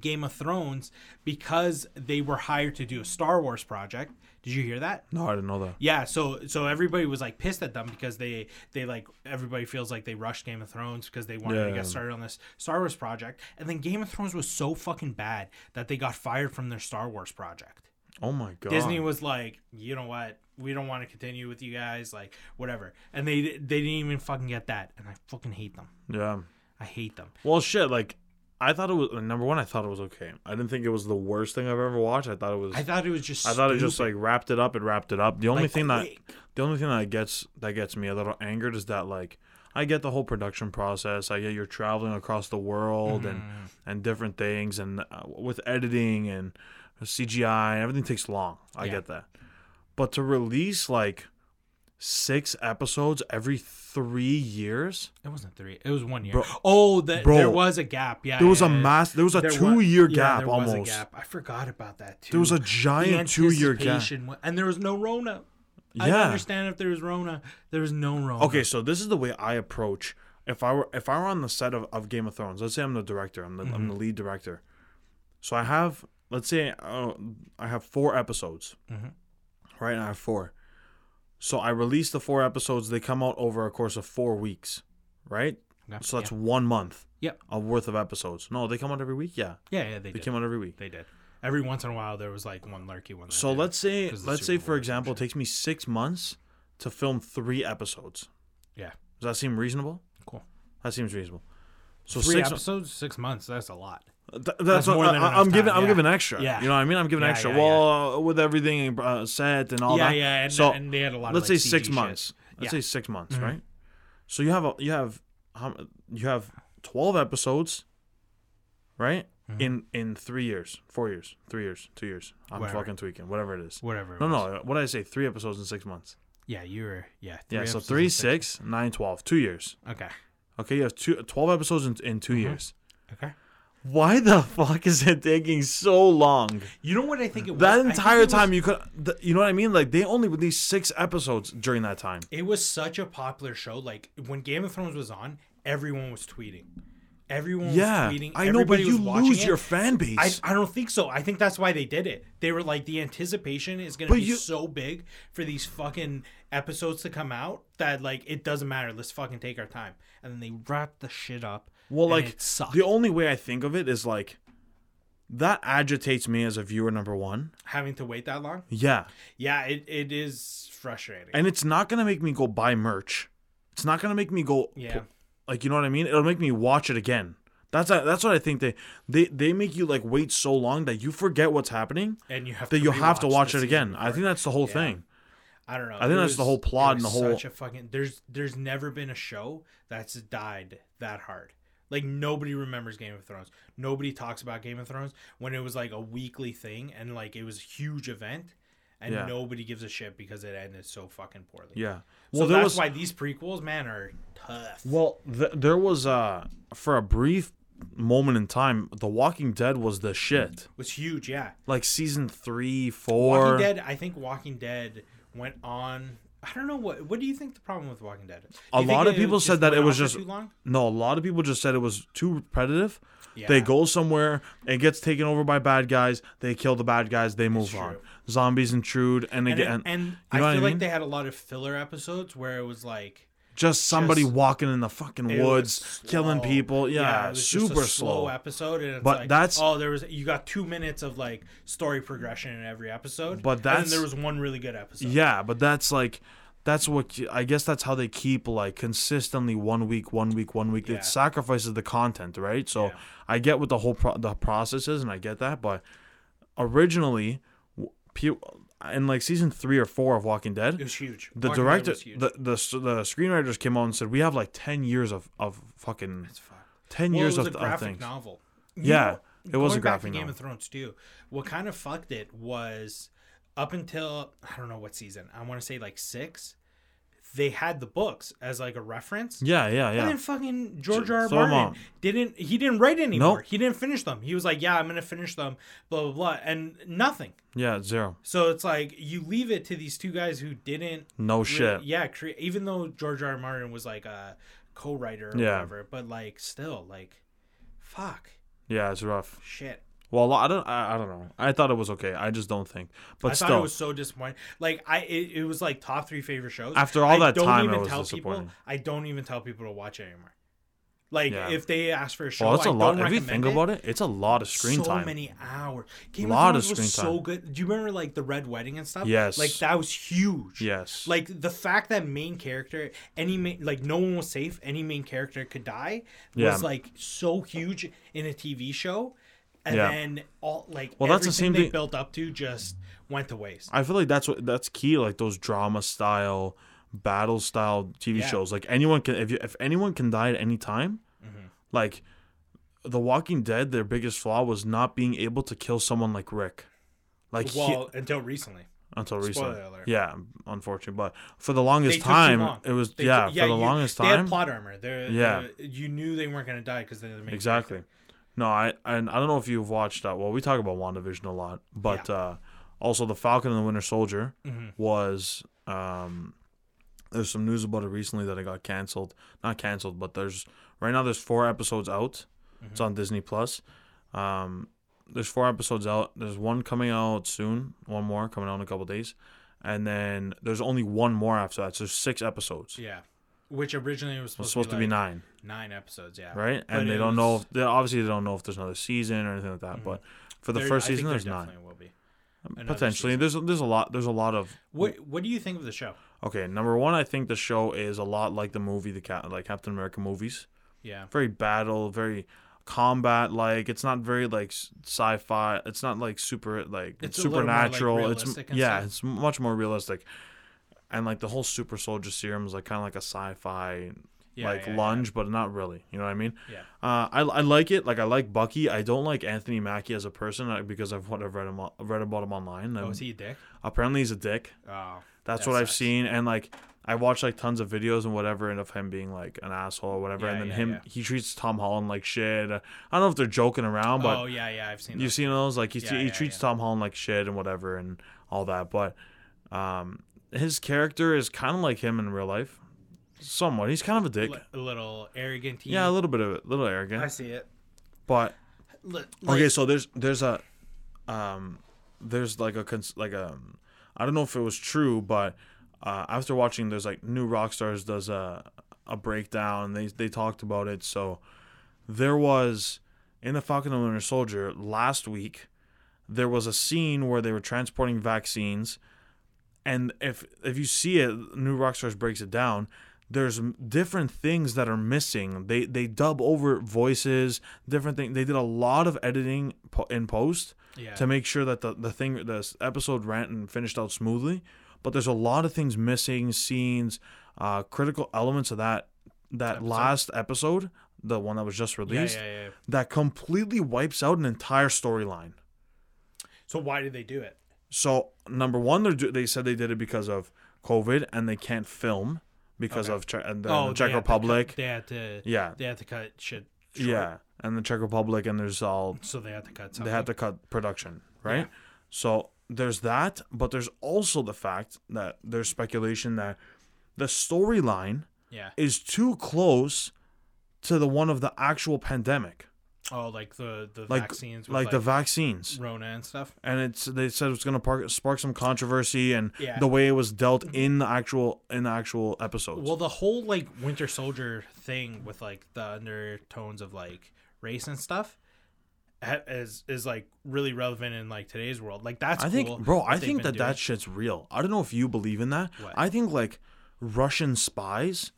B: Game of Thrones because they were hired to do a Star Wars project. Did you hear that?
A: No, I didn't know that.
B: Yeah, so so everybody was like pissed at them because they they like everybody feels like they rushed Game of Thrones because they wanted to
A: Yeah.
B: get started on this Star Wars project, and then Game of Thrones was so fucking bad that they got fired from their Star Wars project.
A: Oh my god.
B: Disney was like, you know what, we don't want to continue with you guys, like whatever, and they they didn't even fucking get that, and I fucking hate them.
A: Yeah.
B: I hate them.
A: Well, shit. Like, I thought it was number one. I thought it was okay. I didn't think it was the worst thing I've ever watched. I thought it was.
B: I thought it was just.
A: I thought it just
B: stupid.
A: like wrapped it up and wrapped it up. The only
B: Like,
A: thing that
B: quick.
A: the only thing that gets that gets me a little angered is that like I get the whole production process. I get you're traveling across the world and
B: Mm-hmm.
A: and different things and uh, with editing and CGI everything takes long. I
B: Yeah.
A: get that. But to release like six episodes every 3 years,
B: it wasn't three. It was one year.
A: Bro-
B: oh, the,
A: bro.
B: there was a gap. Yeah,
A: there was
B: yeah,
A: a
B: yeah.
A: mass there was a
B: There
A: 2 year
B: yeah,
A: gap
B: there was
A: almost.
B: a gap. I forgot about that too.
A: There was a giant 2 year gap.
B: and there was no Rona. I don't
A: Yeah.
B: understand if there was Rona. There was no Rona.
A: Okay, so this is the way I approach if I were if I were on the set of, of Game of Thrones. Let's say I'm the director. I'm the I'm
B: Mm-hmm.
A: the lead director. So I have let's say uh, I have four episodes.
B: Mm-hmm.
A: Right, and I have four. So I release the four episodes. They come out over a course of four weeks, right?
B: Okay,
A: So that's one month
B: Yep.
A: of worth of episodes. No, they come out every week. Yeah,
B: Yeah, yeah, they
A: they
B: did.
A: came out every week.
B: they did. Every once in a while, there was like one lurky one. that
A: So
B: did.
A: let's say
B: 'Cause the
A: let's
B: Super
A: say
B: Bowl
A: for example, it takes me six months to film three episodes.
B: yeah,
A: Does that seem reasonable?
B: cool.
A: That seems reasonable. So
B: Three
A: six
B: episodes, six months. That's a lot.
A: Th- that's,
B: more
A: what
B: than
A: I,
B: enough
A: am giving.
B: time,
A: I'm
B: yeah.
A: giving extra.
B: Yeah.
A: You know what I mean? I'm giving
B: Yeah,
A: extra.
B: yeah,
A: well, uh, with everything uh, set and all
B: Yeah,
A: that.
B: yeah, and-
A: so
B: and they had a lot of,
A: Let's
B: like,
A: say six
B: CG shit.
A: months. Let's
B: Yeah. Mm-hmm.
A: say six months, right? So you have a you have how m- you have twelve episodes, right?
B: Mm-hmm.
A: In in three years, four years, three years, two years. I'm
B: Whatever.
A: fucking tweaking. Whatever it is.
B: Whatever. it
A: No,
B: was.
A: no. What did I say? Three episodes in six months.
B: Yeah, you were. Yeah.
A: Yeah. so
B: episodes
A: three,
B: and
A: six, nine, twelve. Two years.
B: Okay.
A: Okay. You have two, 12 episodes in, in
B: Mm-hmm.
A: 2 years.
B: Okay.
A: Why the fuck is it taking so long?
B: You know what I think it was?
A: That
B: I think
A: entire
B: it was-
A: time you could, th- you know what I mean? Like they only released six episodes during that time.
B: it was such a popular show. Like when Game of Thrones was on, everyone was tweeting. Everyone
A: Yeah,
B: was tweeting.
A: I know, but
B: everybody
A: you
B: was watching
A: lose
B: it.
A: your fan base.
B: I, I don't think so. I think that's why they did it. They were like the anticipation is going to
A: But
B: be
A: you-
B: so big for these fucking episodes to come out that like it doesn't matter. Let's fucking take our time. And then they wrap the shit up.
A: Well,
B: and
A: like
B: it sucked.
A: the only way I think of it is like that agitates me as a viewer number one.
B: having to wait that long.
A: Yeah,
B: Yeah, it, it is frustrating.
A: and it's not gonna make me go buy merch. It's not gonna make me go.
B: yeah,
A: like you know what I mean. It'll make me watch it again. That's that's what I think they they they make you like wait so long that you forget what's happening
B: and you have
A: that
B: to
A: you have to
B: rewatch
A: watch
B: the
A: it
B: season
A: again. I
B: before.
A: think that's the whole
B: Yeah.
A: thing.
B: I don't know.
A: I think that's the whole plot and the whole-
B: Such a fucking there's there's never been a show that's died that hard. Like nobody remembers Game of Thrones. Nobody talks about Game of Thrones when it was like a weekly thing and like it was a huge event, and
A: Yeah.
B: nobody gives a shit because it ended so fucking poorly.
A: Yeah.
B: So
A: Well, there
B: that's
A: was
B: why these prequels, man, are tough.
A: well th- there was uh for a brief moment in time, The Walking Dead was the shit.
B: It's huge, yeah.
A: Like season three, four.
B: Walking Dead. I think Walking Dead went on. I don't know what. What do you think the problem with Walking Dead? Is? Do
A: A
B: you think
A: lot of
B: it
A: people
B: just
A: said that
B: went
A: it was
B: on for
A: just-
B: too long.
A: No, a lot of people just said it was too repetitive.
B: Yeah.
A: They go somewhere, it gets taken over by bad guys, they kill the bad guys, they move on.
B: true.
A: Zombies intrude, and
B: and, it-
A: again,
B: and
A: you know
B: I
A: what
B: feel
A: I mean?
B: like they had a lot of filler episodes where it was like
A: just somebody
B: just-
A: walking in the fucking
B: it was
A: woods, killing
B: slow.
A: people. Yeah,
B: it was just a
A: super
B: slow
A: slow.
B: episode, and it's
A: But
B: like,
A: that's-
B: oh, there was you got two minutes of like story progression in every episode,
A: But
B: and then
A: that's-
B: there was one really good episode.
A: yeah, but that's like, that's what I guess that's how they keep like consistently one week, one week, one week.
B: Yeah.
A: It sacrifices the content, right? So
B: Yeah.
A: I get what the whole pro- the process is, and I get that. But originally, w- pe- in like season three or four of Walking Dead,
B: it was huge.
A: the
B: Walking Dead
A: director,
B: was huge.
A: the, the s- the screenwriters came on and said, "We have like ten years of of fucking
B: It's fucked.
A: ten
B: Well,
A: years
B: it was
A: of,
B: a
A: of
B: graphic
A: things."
B: novel.
A: Yeah, it was a
B: going back to
A: graphic
B: Game
A: novel.
B: of Thrones too. What kind of fucked it was up until I don't know what season. I want to say like six. They had the books as like a reference.
A: Yeah, yeah,
B: And
A: yeah.
B: then fucking George R. R.
A: throw 'em
B: Martin
A: out.
B: didn't he didn't write anymore.
A: Nope.
B: He didn't finish them. He was like, Yeah, I'm gonna finish them, blah blah blah. And nothing.
A: Yeah, zero.
B: So it's like you leave it to these two guys who didn't
A: No
B: really-
A: shit.
B: Yeah, cre- even though George R. R. Martin was like a co writer or
A: Yeah.
B: whatever, but like still like fuck.
A: Yeah, it's rough.
B: Shit.
A: Well, I don't. I, I don't know. I thought it was okay. I just don't think. But
B: I
A: still,
B: thought it was so disappointing. Like I, it, it was like top three favorite shows.
A: After all
B: I
A: that
B: don't
A: time,
B: even
A: it was
B: tell
A: disappointing.
B: People, I don't even tell people to watch it anymore. Like
A: Yeah.
B: if they ask for a show,
A: well, it's
B: I
A: a lot.
B: don't
A: If you
B: recommend
A: think
B: it.
A: about it, it's a lot of screen
B: so
A: time.
B: many hours. Game
A: Lot
B: of
A: of
B: Thrones was
A: screen
B: so
A: time.
B: good. Do you remember like the red wedding and stuff?
A: Yes.
B: like that was huge.
A: Yes.
B: Like the fact that main character, any main, like no one was safe, any main character could die,
A: Yeah.
B: was like so huge in a TV show, and
A: Yeah.
B: then all like
A: Well, that's the same
B: everything they
A: thing-
B: built up to just went to waste.
A: I feel like that's what that's key. Like those drama style, battle style TV
B: Yeah.
A: shows. Like anyone can if you if anyone can die at any time,
B: Mm-hmm.
A: like The Walking Dead, their biggest flaw was not being able to kill someone like Rick. Like he-
B: Well, until recently,
A: until recently,
B: spoiler alert.
A: yeah, unfortunately. But for the
B: they
A: longest
B: took
A: time,
B: too long.
A: it was
B: They
A: yeah,
B: took-
A: for the
B: you-
A: longest
B: They had
A: time,
B: plot armor. They're,
A: Yeah.
B: they're- you knew they weren't gonna die because they're the main
A: Exactly.
B: character.
A: No, I and I don't know if you've watched. Uh, well, we talk about WandaVision a lot, but uh, also the Falcon and the Winter Soldier
B: Mm-hmm.
A: was. Um, there's some news about it recently that it got canceled. Not canceled, but there's right now there's four episodes out.
B: Mm-hmm.
A: It's on Disney Plus. Um, there's four episodes out. There's one coming out soon. One more coming out in a couple days, and then there's only one more after that. So there's six episodes.
B: Yeah, which originally was supposed,
A: It's supposed to be,
B: like,
A: nine
B: nine episodes, yeah.
A: right?
B: But
A: And they
B: it
A: don't know.
B: was- Mm-hmm.
A: If, they obviously they don't know if there's another season or anything like that. But for the
B: there-
A: first
B: I think
A: season,
B: there
A: there's nine. Um,
B: definitely Will be. another
A: Potentially,
B: season.
A: there's there's a lot. There's a lot of
B: What What do you think of the show?
A: okay. Number one, I think the show is a lot like the movie, the cat like Captain America movies.
B: Yeah,
A: Very battle, very combat like it's not very like s- sci-fi it's not like super like
B: It's a little more, like,
A: supernatural it's
B: realistic and
A: yeah
B: stuff.
A: it's much more realistic and like the whole super soldier serum is like kind of like a sci-fi
B: Yeah,
A: like
B: yeah, yeah.
A: lunge but not really you know what i mean
B: yeah.
A: Uh, I, I like it. Like I like Bucky. I don't like Anthony Mackie as a person uh, because of what I've read him o- read about him online.
B: Oh,
A: Um,
B: is he a dick?
A: Apparently he's a dick.
B: Oh,
A: That's
B: That
A: what I've
B: sucks.
A: seen. And like I watched like tons of videos and whatever, and of him being like an asshole or whatever.
B: Yeah,
A: and then
B: yeah,
A: him
B: yeah.
A: he treats Tom Holland like shit. I don't know if they're joking around, but
B: oh yeah, yeah. I've seen.
A: you've
B: that.
A: seen those. Like he
B: Yeah,
A: he
B: yeah,
A: treats Tom Holland like shit and whatever and all that. But um, his character is kind of like him in real life. Somewhat. He's kind of a dick.
B: Li- a little arrogant.
A: yeah, a little bit of it, a little arrogant.
B: I see it.
A: But
B: Li-
A: okay,
B: like-
A: so there's there's a um there's like a cons- like a I don't know if it was true, but uh, after watching there's like new rock stars does a a breakdown. They they talked about it. So there was in the Falcon and the Winter Soldier last week there was a scene where they were transporting vaccines and if if you see it new rockstars breaks it down there's m- different things that are missing they they dub over voices different thing they did a lot of editing po- in post
B: yeah.
A: to make sure that the, the thing the s- episode ran and finished out smoothly but there's a lot of things missing scenes uh critical elements of that that
B: Episode?
A: last episode the one that was just
B: yeah,
A: released
B: yeah, yeah.
A: that completely wipes out an entire storyline
B: So why did they do it?
A: so number one, they they said they did it because of COVID and they can't film because
B: Okay.
A: of Czech and the
B: oh,
A: Czech
B: they had to cut-
A: Republic.
B: they had to.
A: yeah,
B: They had to cut shit. Short,
A: yeah, and the Czech Republic, and there's all
B: So they had to cut something.
A: they had to cut production, right?
B: Yeah.
A: So there's that, but there's also the fact that there's speculation that the storyline
B: Yeah.
A: is too close to the one of the actual pandemic,
B: Oh, like the the
A: like
B: vaccines. With,
A: like, the vaccines.
B: Rona and stuff.
A: and it's they said it's going to spark some controversy and
B: Yeah.
A: the way it was dealt in the actual in the actual episodes.
B: Well, the whole like Winter Soldier thing with like the undertones of like race and stuff ha- is is like really relevant in like today's world. Like that's
A: I think,
B: cool
A: bro,
B: what
A: I
B: they've
A: think
B: been
A: that that
B: doing.
A: shit's real. I don't know if you believe in that.
B: What?
A: I think like Russian spies,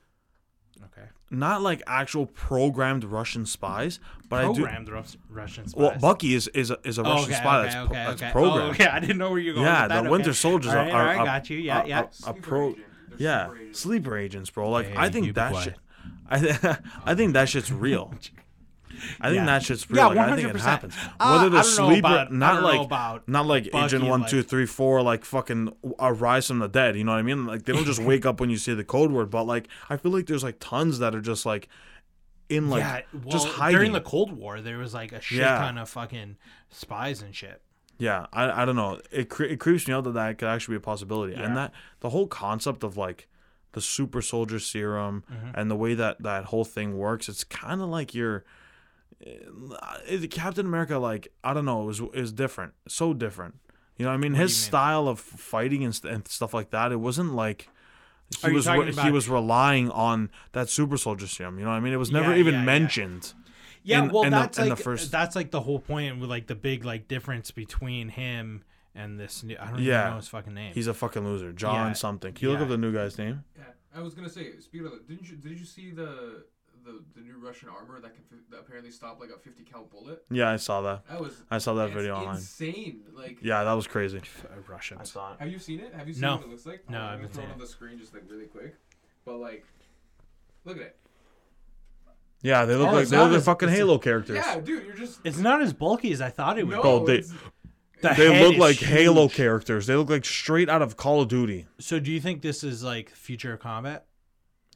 B: okay.
A: not like actual programmed Russian spies, but I do.
B: Programmed Rus- Russian spies.
A: Well, Bucky is is a, is a
B: Oh,
A: Russian spy that's, pro- that's programmed.
B: Oh, okay, I didn't know where you were going.
A: Yeah,
B: with that.
A: the
B: okay.
A: Winter Soldiers
B: All right,
A: are-
B: all right,
A: are-
B: got you. Yeah,
A: are-
B: yeah.
A: a
C: Sleeper
A: pro-
C: agent. They're
A: Yeah,
C: sleeper agent.
A: sleeper agents, bro. Like
B: Hey,
A: I
B: you
A: think that
B: boy.
A: shit. I, th- I think that shit's real. I think
B: Yeah.
A: that shit's real.
B: Yeah,
A: like, I think it
B: 100%.
A: happens.
B: Uh,
A: Whether
B: I
A: the
B: don't know
A: sleeper,
B: about- I
A: not
B: don't know
A: like
B: about
A: not like
B: Bucky
A: Agent
B: and,
A: One,
B: like-
A: Two, Three, Four, like fucking arise from the dead. You know what I mean? Like they don't just wake up when you see the code word. But like I feel like there's like tons that are just like in like
B: yeah, well,
A: just hiding.
B: during the Cold War, there was like a shit
A: Yeah.
B: ton of fucking spies and shit.
A: Yeah, I, I don't know. It cre- it creeps me out that that could actually be a possibility,
B: Yeah.
A: and that the whole concept of like the super soldier serum
B: Mm-hmm.
A: and the way that that whole thing works, it's kind of like you're. It, Captain America, like I don't know, is is different, so different. You know, what I mean,
B: do
A: his
B: you mean?
A: style of fighting and, st- and stuff like that, it wasn't like he
B: Are you
A: was
B: talking
A: re- he
B: about-
A: was relying on that super soldier serum. You know, what I mean, it was never
B: Yeah,
A: even
B: yeah, yeah.
A: mentioned.
B: Yeah,
A: in-
B: well,
A: in the-
B: that's
A: in the
B: like
A: first-
B: that's like the whole point with like the big like difference between him and this new. I don't
A: Yeah.
B: even know his fucking name.
A: He's a fucking loser, John
B: Yeah,
A: something. Can you look
B: yeah.
A: up the new guy's name?
C: Yeah, I was gonna say. Speaking of, that, didn't you did you see the the, the new Russian armor that can fi- that apparently stop like a fifty cal bullet?
A: Yeah, I saw that.
C: That was
A: I saw that
C: it's
A: video online.
C: Insane. Like,
A: Yeah, that was crazy.
B: Uh, Russians.
A: saw
C: have you seen it? Have you seen
B: No.
C: what it looks like?
B: No, I
C: I'm
B: haven't
C: gonna throw
B: seen
C: it on the screen just like really quick. But like, look at it.
A: Yeah, they look
B: Oh,
A: like
B: it's
A: they look
B: not
A: like
B: as-
A: fucking
B: it's a-
A: Halo characters.
C: Yeah, dude, you're just
B: It's not as bulky as I thought it would.
C: no.
B: be.
A: Oh, they-
C: it's-
B: The
A: They
B: head
A: look
B: is
A: like Halo
B: huge.
A: characters. They look like straight out of Call of Duty.
B: So, do you think this is like future combat?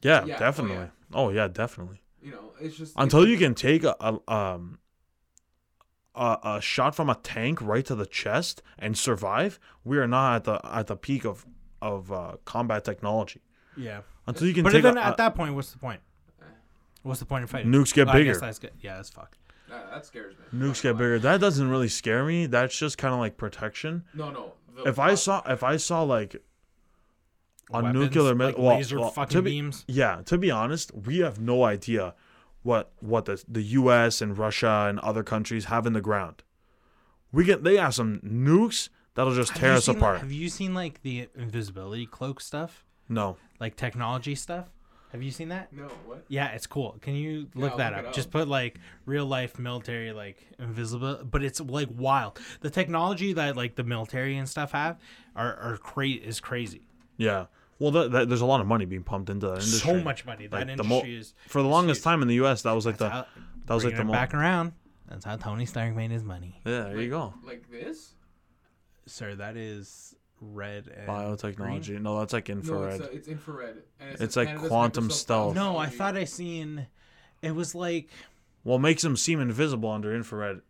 A: Yeah,
C: Yeah, oh,
A: definitely. Oh yeah. definitely.
C: you know, it's just
A: Until you can take a, a um a, a shot from a tank right to the chest and survive, we are not at the at the peak of of uh, combat technology.
B: Yeah.
A: Until you can
B: But
A: take
B: then
A: a,
B: at
A: a-
B: that point, what's the point? What's the point of fighting?
A: Nukes get
B: Oh, I
A: bigger.
B: guess that's good. Yeah, that's fuck.
C: Nah, uh, that scares me.
A: nukes get bigger. That doesn't really scare me. That's just kind of like protection.
C: No, no. the
A: If I
C: pro-
A: saw if I saw like a
B: Weapons,
A: nuclear mi-
B: like
A: well,
B: laser
A: well,
B: fucking
A: to be,
B: beams.
A: Yeah, to be honest, we have no idea what what the the U.S. and Russia and other countries have in the ground. We get they have some nukes that'll just
B: Have
A: tear
B: you
A: us
B: seen, like-
A: apart.
B: Have you seen like the invisibility cloak stuff,
A: No,
B: like technology stuff? Have you seen that?
C: No, what?
B: Yeah, it's cool. Can you look
C: I'll
B: that
C: look
B: up?
C: it up.
B: Just put like real life military like invisible, but it's like wild. The technology that like the military and stuff have are are crazy is crazy.
A: yeah. Well, that, that, there's a lot of money being pumped into that industry.
B: So much money. That
A: Like, the mo-
B: industry is
A: for the longest time in the U.S. That was like the
B: how-
A: that was like
B: bringing
A: the mo-
B: it back around. That's how Tony Stark made his money.
A: yeah. There you go.
C: Like this?
B: Sir, that is red and
A: Biotechnology. No, that's like
C: No,
A: infrared.
C: it's, uh, it's infrared. And
A: It's
C: in
A: like
C: Canada's
A: quantum
C: Microsoft
A: stealth.
B: No, I
C: technology.
B: thought I seen. It was like
A: well, makes them seem invisible under infrared,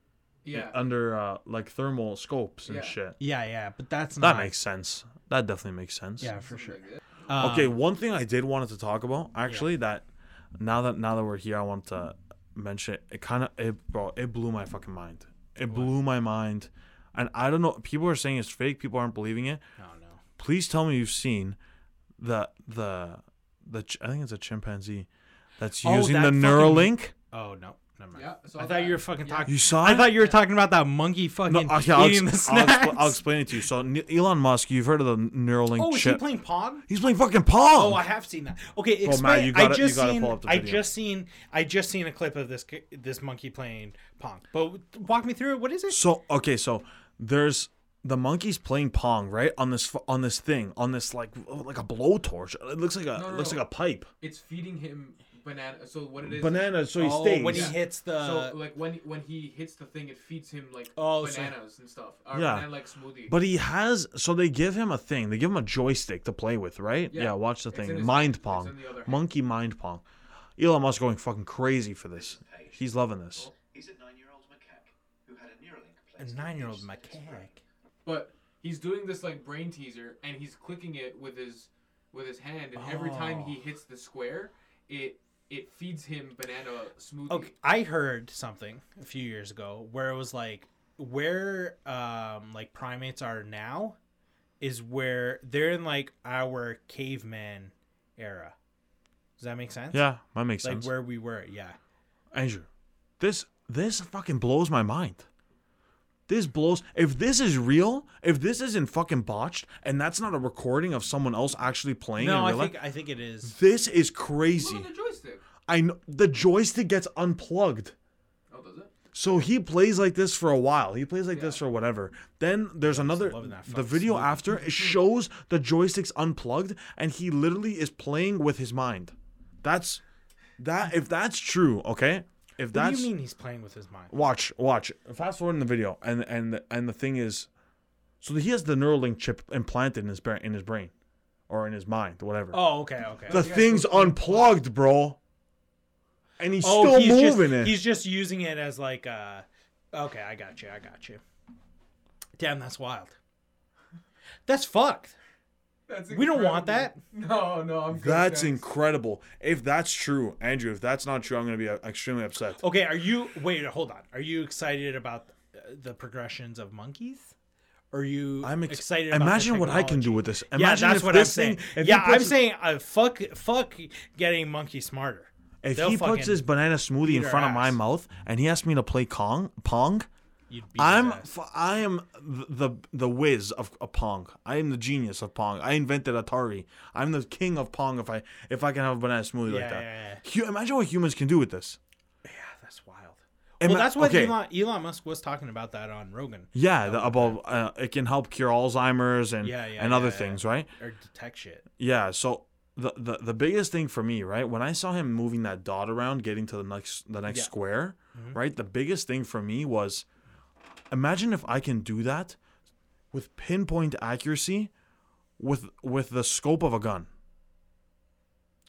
C: Yeah.
A: under uh, like thermal scopes and
C: Yeah.
A: shit.
B: yeah, yeah, but that's
A: That
B: not.
A: makes sense. That definitely makes sense.
B: Yeah, for sure.
C: Like this.
B: Um,
A: Okay, one thing I did wanted to talk about actually that now that now that we're here, I want to mention it. It kind of it bro, it blew my fucking mind. It blew my mind, and I don't know. People are saying it's fake. People aren't believing it.
B: I don't know.
A: Please tell me you've seen the the the ch- I think it's a chimpanzee that's
B: Oh,
A: using
B: that
A: the
B: fucking-
A: Neuralink.
B: Oh no, never mind.
C: Yeah, I saw
B: I thought
C: that.
B: you were fucking
C: Yeah.
B: talking.
A: You saw
B: I
A: it?
B: thought you were talking about that monkey fucking
A: okay, I'll,
B: eating the
A: ex- I'll, expl-
B: snacks.
A: I'll explain it to you. So Ne- Elon Musk, you've heard of the Neuralink
B: oh, is
A: chip?
B: he playing Pong?
A: He's playing fucking Pong.
B: Oh, I have seen that. Okay, explain.
A: Well, Matt, you
B: I
A: gotta- you
B: just
A: gotta
B: seen.
A: pull up the
B: I
A: video.
B: just seen. I just seen a clip of this c- this monkey playing Pong. But walk me through it. What is it?
A: So okay, so there's the monkeys playing pong right on this fu- on this thing on this like like a blowtorch. It looks like a
C: No, no,
A: it looks
C: no.
A: like a pipe.
C: It's feeding him banana. So what it is?
A: Banana, so he
B: oh,
A: stays.
B: when he
C: Yeah.
B: hits the.
C: So like when when he hits the thing, it feeds him like
B: uh, Oh, so-
C: bananas and stuff. Or
A: Yeah.
C: banana like smoothie.
A: but he has so they give him a thing. They give him a joystick to play with, right? Yeah,
C: Yeah.
A: watch the
C: It's in
A: thing.
C: his-
A: Mind
C: it's
A: pong.
C: in the other hand.
A: Monkey mind pong. Elon Musk going fucking crazy for this. He's loving this.
D: is a nine-year-old macaque who had a Neuralink
B: a
D: placed in
B: nine-year-old
D: his next
B: macaque.
D: brain.
C: But he's doing this like brain teaser, and he's clicking it with his with his hand, and every time
B: Oh.
C: he hits the square, it it feeds him banana smoothie.
B: Okay, I heard something a few years ago where it was like where um like primates are now is where they're in like our caveman era. Does that make sense?
A: Yeah, that makes
B: Like
A: sense.
B: where we were, yeah.
A: Andrew, this this fucking blows my mind. This blows. If this is real, if this isn't fucking botched, and that's not a recording of someone else actually playing in
B: No, I
A: real
B: think
A: life,
B: I think it is.
A: this is
C: Look
A: crazy.
C: at the joystick.
A: I know the joystick gets unplugged.
C: Oh, does it?
A: So he plays like this for a while. He plays like this for whatever. Then there's another
B: loving that
A: the
B: fucking
A: video
B: smoothie.
A: after it shows the joysticks unplugged and he literally is playing with his mind. That's that if that's true, okay? If
B: What
A: that's
B: do you mean he's playing with his mind?
A: watch watch fast forward in the video and and and the thing is so he has the neuralink chip implanted in his brain in his brain or in his mind whatever
B: Oh, okay, okay.
A: the thing's unplugged bro and he's
B: oh,
A: still
B: he's
A: moving it
B: just, He's just using it as like uh okay, I got you, I got you. Damn, that's wild. That's fucked.
C: That's
B: We don't want
C: incredible. No, no, I'm good.
A: that's
C: thanks.
A: incredible if that's true andrew if that's not true i'm gonna be uh, extremely upset
B: Okay, are you wait? Hold on. Are you excited about uh, the progressions of monkeys? Are you?
A: i'm ex-
B: excited. about the
A: imagine what i can do
B: technology?
A: with this
B: yeah,
A: imagine
B: that's
A: if
B: what I'm
A: this
B: saying.
A: thing, if he
B: yeah, I'm
A: puts-
B: saying uh, fuck, fuck, getting monkey smarter.
A: if
B: They'll
A: he puts
B: fucking-
A: his banana smoothie in
B: our
A: front of my
B: ass.
A: mouth and he asks me to play kong pong
B: You'd be
A: I'm
B: possessed.
A: f- I am th- the the whiz of, of Pong. I am the genius of Pong. I invented Atari. I'm the king of Pong. If I if I can have a banana smoothie
B: Yeah,
A: like that,
B: yeah, yeah.
A: Hu- imagine what humans can do with this.
B: yeah, that's wild.
A: Ima-
B: well, that's what
A: okay. Mm,
B: Elon, Elon Musk was talking about that on Rogan
A: Yeah, the, above uh, it can help cure Alzheimer's and
B: Yeah, yeah,
A: and other
B: yeah, yeah.
A: things, right?
B: or detect shit.
A: Yeah. So the, the the biggest thing for me, right, when I saw him moving that dot around, getting to the next the next
B: Yeah. Mm-hmm.
A: square, right, the biggest thing for me was, imagine if I can do that with pinpoint accuracy, with with the scope of a gun.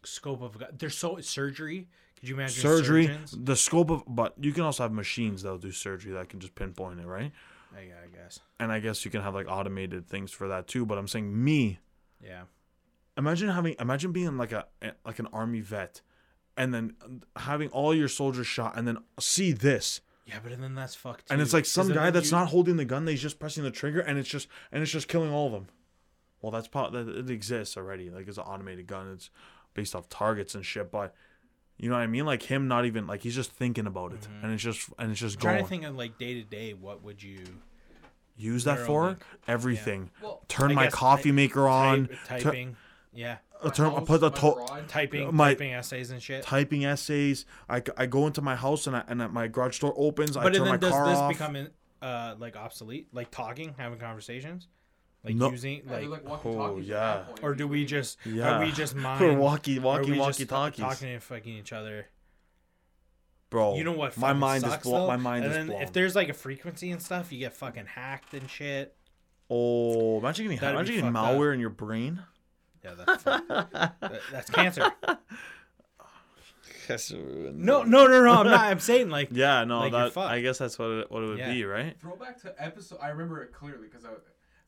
B: Scope of God. There's so surgery. Could you imagine
A: surgery,
B: surgeons?
A: the scope of, but you can also have machines that'll do surgery that can just pinpoint it, right?
B: I, I guess.
A: And I guess you can have like automated things for that too. But I'm saying me,
B: Yeah.
A: imagine having, imagine being like a eh, like an army vet, and then having all your soldiers shot, and then see this,
B: Yeah, but then that's fucked.
A: and
B: too,
A: it's like
B: 'cause
A: some
B: then
A: guy
B: when
A: that's
B: you-
A: not holding the gun, that he's just pressing the trigger, and it's just and it's just killing all of them. Well, that's part that it exists already. Like it's an automated gun. It's based off targets and shit, but. You know what I mean? Like him, not even like he's just thinking about it, and it's just and it's just
B: Mm-hmm. I'm
A: going.
B: trying to think of like day to day. What would you?
A: use that
B: Neuralink.
A: for everything.
C: Well,
A: Turn
B: I
A: my
B: guess
A: coffee
B: ty-
A: maker on.
B: Type-
A: tu-
B: typing. yeah.
A: uh, turn.
C: House,
A: put the
C: my
A: to-
C: garage.
B: Typing,
A: my-
B: typing essays and shit.
A: typing essays. I, c- I go into my house and I, and I- my garage door opens. I
B: but
A: turn
B: and
A: my
B: then does
A: car
B: this
A: off.
B: become in- uh, like obsolete? Like talking, having conversations, like
A: No.
B: using
C: And they're,
B: like,
C: like
A: oh,
C: walkie-talkies at
A: yeah.
C: that point.
B: or do we just
A: Yeah.
B: are we just mind
A: We're walkie
B: are we
A: walkie
B: just
A: walkie talkies,
B: talking and fucking each other?
A: bro.
B: You know what?
A: My
B: fucking
A: mind
B: sucks,
A: is blown.
B: though?
A: My mind
B: and
A: is
B: then
A: blown.
B: If there's like a frequency and stuff, you get fucking hacked and shit.
A: oh, imagine getting
B: That'd be
A: imagine getting
B: fucked up.
A: malware in your brain.
B: Yeah, that's fucked. That- that's cancer.
A: no.
B: No, no, no, no. I'm not. I'm saying like
A: Yeah, no.
B: Like, you're
A: that
B: fucked.
A: I guess that's what it, what it would
B: Yeah.
A: be, right?
C: Throwback to episode. I remember it clearly because I.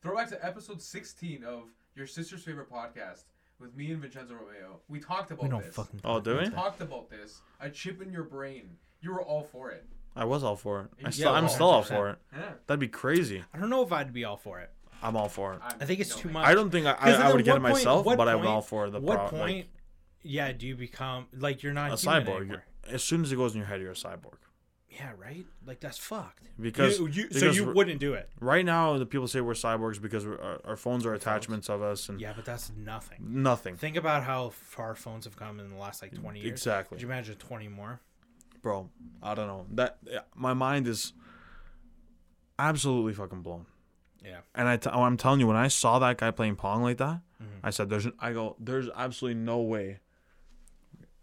C: Throwback to episode 16 of your sister's favorite podcast. with me and Vincenzo Romeo. We talked about
B: We don't
C: this.
B: fucking.
A: Oh, do
C: we
A: we?
C: talked about this. A chip in your brain. You were all for it.
A: I was all for it. I
C: Yeah,
A: still, I'm
C: well,
A: still all
B: 100%.
A: for it.
C: Yeah.
A: That'd be crazy.
B: I don't know if I'd be all for it.
A: I'm all for it.
B: I think it's
C: no,
B: too
C: man.
B: much.
A: I don't think I, I,
B: 'Cause
A: I
B: then
A: would get
B: what
A: it
B: point-
A: myself,
B: what
A: but I'm all
B: point-
A: for the
B: What
A: pro- like,
B: point? yeah, do you become like you're not
A: a
B: human
A: cyborg.
B: anymore.
A: You're- As soon as it goes in your head, you're a cyborg.
B: Yeah, right. Like that's fucked.
A: Because-
B: You- you- so
A: because
B: you
A: we're-
B: wouldn't do it.
A: Right now, the people say we're cyborgs because we're, our, our phones are attachments of us and
B: Yeah, but that's nothing.
A: nothing,
B: Think about how far phones have come in the last like 20 years.
A: Exactly.
B: Could you imagine 20 more?
A: bro. I don't know. That yeah, my mind is absolutely fucking blown.
B: Yeah.
A: And I, t- I'm telling you, when I saw that guy playing pong like that,
B: Mm-hmm.
A: I said, "There's," I go, "There's absolutely no way.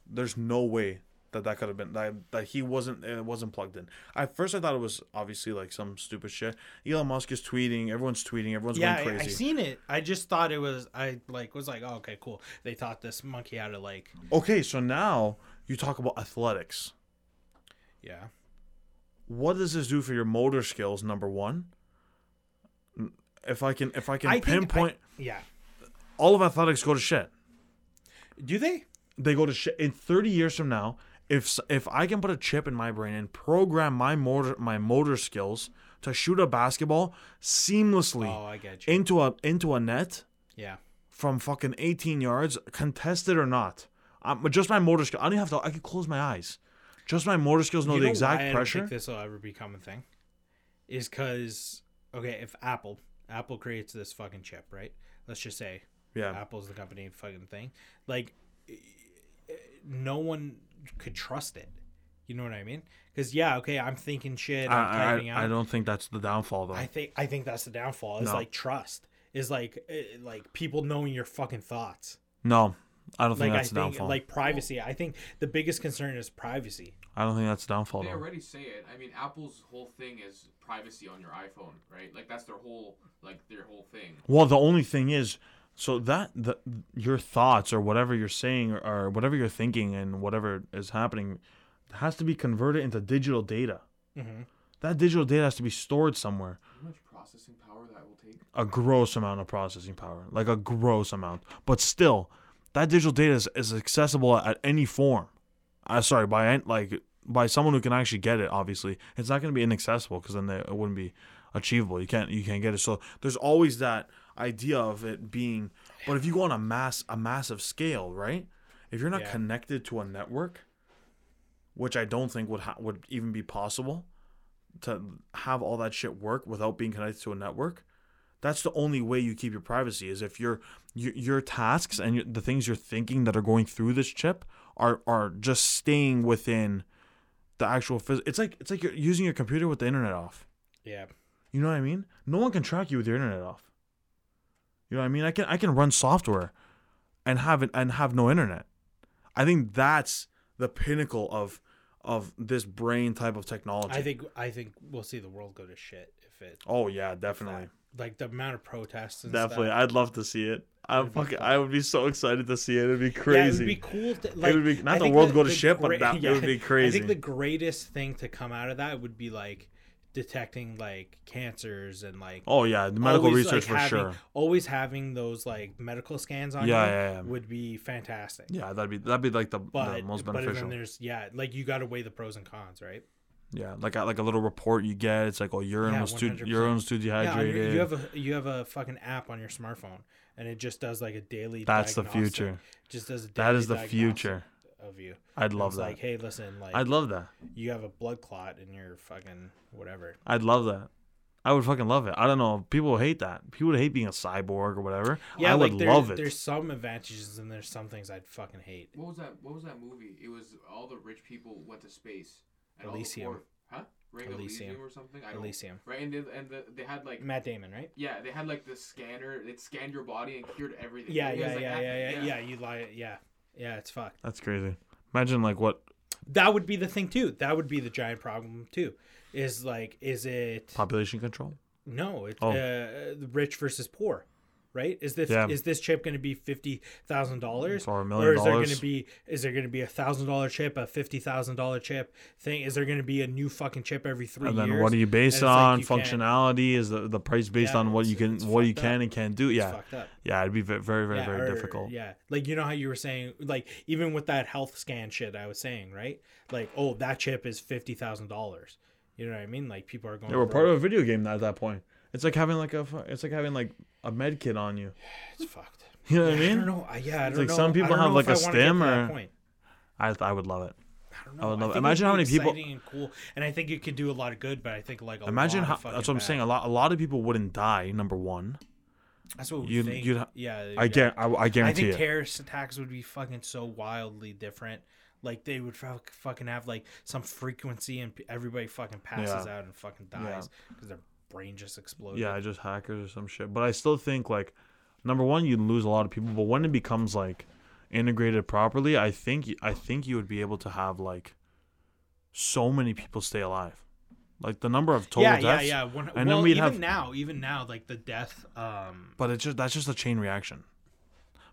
A: There's no way that that could have been that that he wasn't it wasn't plugged in." At first, I thought it was obviously like some stupid shit. Elon Musk is tweeting. Everyone's tweeting. Everyone's
B: yeah,
A: going
B: I, I
A: crazy.
B: seen it. I just thought it was. I like was like, oh, okay, cool. They taught this monkey how to like.
A: okay, so now you talk about athletics.
B: Yeah.
A: What does this do for your motor skills? Number one. If I can, if I can
B: I think I-
A: pinpoint,
B: Yeah.
A: all of athletics go to shit.
B: Do they?
A: they go to shit in 30 years from now if s- if i can put a chip in my brain and program my motor my motor skills to shoot a basketball seamlessly
B: Oh, I get you.
A: into a into a net
B: yeah.
A: from fucking 18 yards contested or not um, just my motor skill i don't even have to i could close my eyes just my motor skills know,
B: You
A: the
B: why
A: exact
B: I
A: pressure
B: don't think this will ever become a thing. Is because okay, if Apple Apple creates this fucking chip, right? Let's just say
A: yeah
B: Apple's the company fucking thing. Like eh, eh, no one could trust it. You know what I mean? Because yeah, okay, I'm thinking shit.
A: I,
B: I'm typing
A: I,
B: out.
A: I don't think that's the downfall though
B: I think I think that's the downfall. Is
A: No.
B: like trust. Is like eh, like people knowing your fucking thoughts.
A: no i don't think
B: Like I
A: that's the
B: think
A: downfall
B: like privacy. I think the biggest concern is privacy.
A: i don't think that's the downfall
C: They
A: though
C: already say it. I mean, Apple's whole thing is privacy on your iPhone, right? Like that's their whole like their whole thing.
A: Well, the only thing is, so that the your thoughts or whatever you're saying or, or whatever you're thinking and whatever is happening has to be converted into digital data.
B: Mhm.
A: That digital data has to be stored somewhere.
C: How much processing power that will take?
A: A gross amount of processing power, like a gross amount, but still, that digital data is, is accessible at any form. I sorry by an- like by someone who can actually get it. Obviously, it's not going to be inaccessible because then they, it wouldn't be achievable. You can't you can't get it. So there's always that idea of it being. But if you go on a mass a massive scale, right? If you're not
B: Yeah.
A: connected to a network, which I don't think would ha- would even be possible to have all that shit work without being connected to a network. That's the only way you keep your privacy is if your your, your tasks and your, the things you're thinking that are going through this chip are are just staying within the actual phys- it's like it's like you're using your computer with the internet off.
B: Yeah.
A: You know what I mean? No one can track you with your internet off. You know what I mean? I can I can run software and have it and have no internet. I think that's the pinnacle of of this brain type of technology.
B: I think I think we'll see the world go to shit if it
A: oh yeah, definitely.
B: like the amount of protests and
A: Definitely.
B: stuff.
A: I'd love to see it. I
B: It'd be
A: fucking
B: cool.
A: I would be so excited to see it. It'd be
B: Yeah,
A: crazy.
B: it would be cool. To, like,
A: would be- not
B: I
A: the
B: think
A: world go to shit, but
B: great-
A: that- it would be
B: I
A: crazy.
B: think the greatest thing to come out of that would be like detecting like cancers and like
A: oh yeah, the medical
B: always,
A: research
B: like,
A: for
B: having,
A: sure.
B: Always having those like medical scans on
A: Yeah,
B: you
A: yeah, yeah.
B: would be fantastic.
A: Yeah, that'd be that'd be like the,
B: But
A: the most
B: but then
A: beneficial.
B: there's yeah, like you got to weigh the pros and cons, right?
A: Yeah, like a, like a little report you get. It's like oh urine
B: Yeah,
A: was too
B: 100%.
A: urine was too
B: Yeah, on
A: dehydrated.
B: your, you have a you have a fucking app on your smartphone, and it just does like a daily.
A: That's the
B: diagnostic-
A: future.
B: Just does a
A: that
B: daily
A: is the
B: diagnostic
A: future.
B: of you.
A: I'd
B: And
A: love
B: it's
A: that.
B: Like, hey, listen, like
A: I'd love that.
B: you have a blood clot in your fucking whatever.
A: I'd love that. I would fucking love it. I don't know. People hate that. People hate being a cyborg or whatever. I would
B: there-
A: love it.
B: There's some advantages and there's some things I'd fucking hate.
C: What was that? What was that movie? It was all the rich people went to space. all the
B: Elysium.
C: poor- huh? Ring of
B: Elysium.
C: Elysium or something. I don't,
B: Elysium.
C: Right, and they, and the, they had like
B: Matt Damon, right?
C: yeah, they had like the scanner. It scanned your body and cured everything.
B: Yeah,
C: It
B: yeah,
C: was like
B: yeah,
C: that-
B: yeah, yeah, yeah. You lie, yeah, yeah. It's fucked.
A: That's crazy. Imagine like what
B: That would be the thing too. That would be the giant problem too. Is like, is it
A: population control.
B: no? It's
A: Oh.
B: uh, the rich versus poor. right? Is this
A: Yeah.
B: is this chip going to be fifty thousand dollars,
A: Or a
B: or
A: million
B: is there going
A: dollars.
B: to be is there going to be a thousand dollar chip, a fifty thousand dollar chip thing? Is there going to be a new fucking chip every three
A: and
B: years?
A: then what do you
B: And
A: base
B: it's
A: it
B: like,
A: on
B: you can't-
A: functionality is the, the price based
B: Yeah,
A: on what
B: it's-
A: you can
B: it's
A: what you
B: fucked
A: can
B: up.
A: and can't do yeah
B: fucked up.
A: yeah it'd be ve- very very
B: Yeah,
A: very
B: or-
A: difficult
B: Yeah, like you know how you were saying, like even with that health scan shit, I was saying, right? Like, oh, that chip is fifty thousand dollars. You know what I mean? Like people are going.
A: they were
B: broke.
A: part of a video game at that point it's like having like a fu- it's like having like a med kit on you
B: It's fucked.
A: you know what
B: I
A: I mean
B: don't know. I- Yeah, I don't
A: like
B: know.
A: some
B: I
A: people
B: don't
A: have
B: know if
A: like a
B: I wanna get to
A: stem
B: that
A: or-
B: point.
A: I I would love it
B: I don't
A: I would love it.
B: know. think
A: Oh, Imagine
B: it'd
A: how
B: be
A: many people-
B: exciting and cool, and I think it could do a lot of good. But I think like a
A: imagine
B: lot
A: how
B: of fucking
A: that's what I'm
B: bad.
A: saying a lot a lot of people wouldn't die number one
B: That's what we
A: You'd-
B: think.
A: you'd ha-
B: yeah,
A: I
B: yeah.
A: guarantee I, I
B: I
A: guarantee
B: think
A: it
B: terrorist attacks would be fucking so wildly different. Like they would fu- fucking have like some frequency and p- everybody fucking passes
A: Yeah.
B: out and fucking dies because their brain just exploded.
A: yeah just hackers or some shit but I still think like number one you'd lose a lot of people but when it becomes like integrated properly I think y- I think you would be able to have like so many people stay alive like the number of total
B: yeah, yeah,
A: deaths
B: yeah. One,
A: and
B: well,
A: then we'd
B: even
A: have
B: now, even now, like the death. Um,
A: but it's just that's just a chain reaction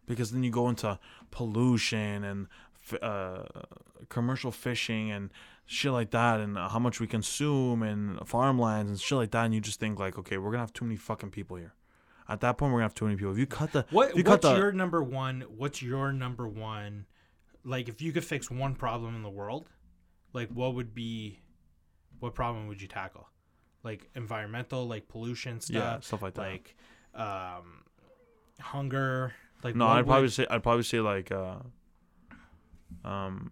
A: because then you go into pollution and f- uh, commercial fishing and shit like that and how much we consume and farmlands and shit like that and you just think like okay we're gonna have too many fucking people here at that point we're gonna have too many people if you cut the
B: what
A: if you cut
B: what's
A: the
B: your number one? What's your number one? Like, if you could fix one problem in the world, like what would be, what problem would you tackle? Like environmental, like pollution stuff,
A: yeah stuff like that
B: like um hunger like
A: no
B: what
A: I'd
B: would-
A: probably say I'd probably say like uh um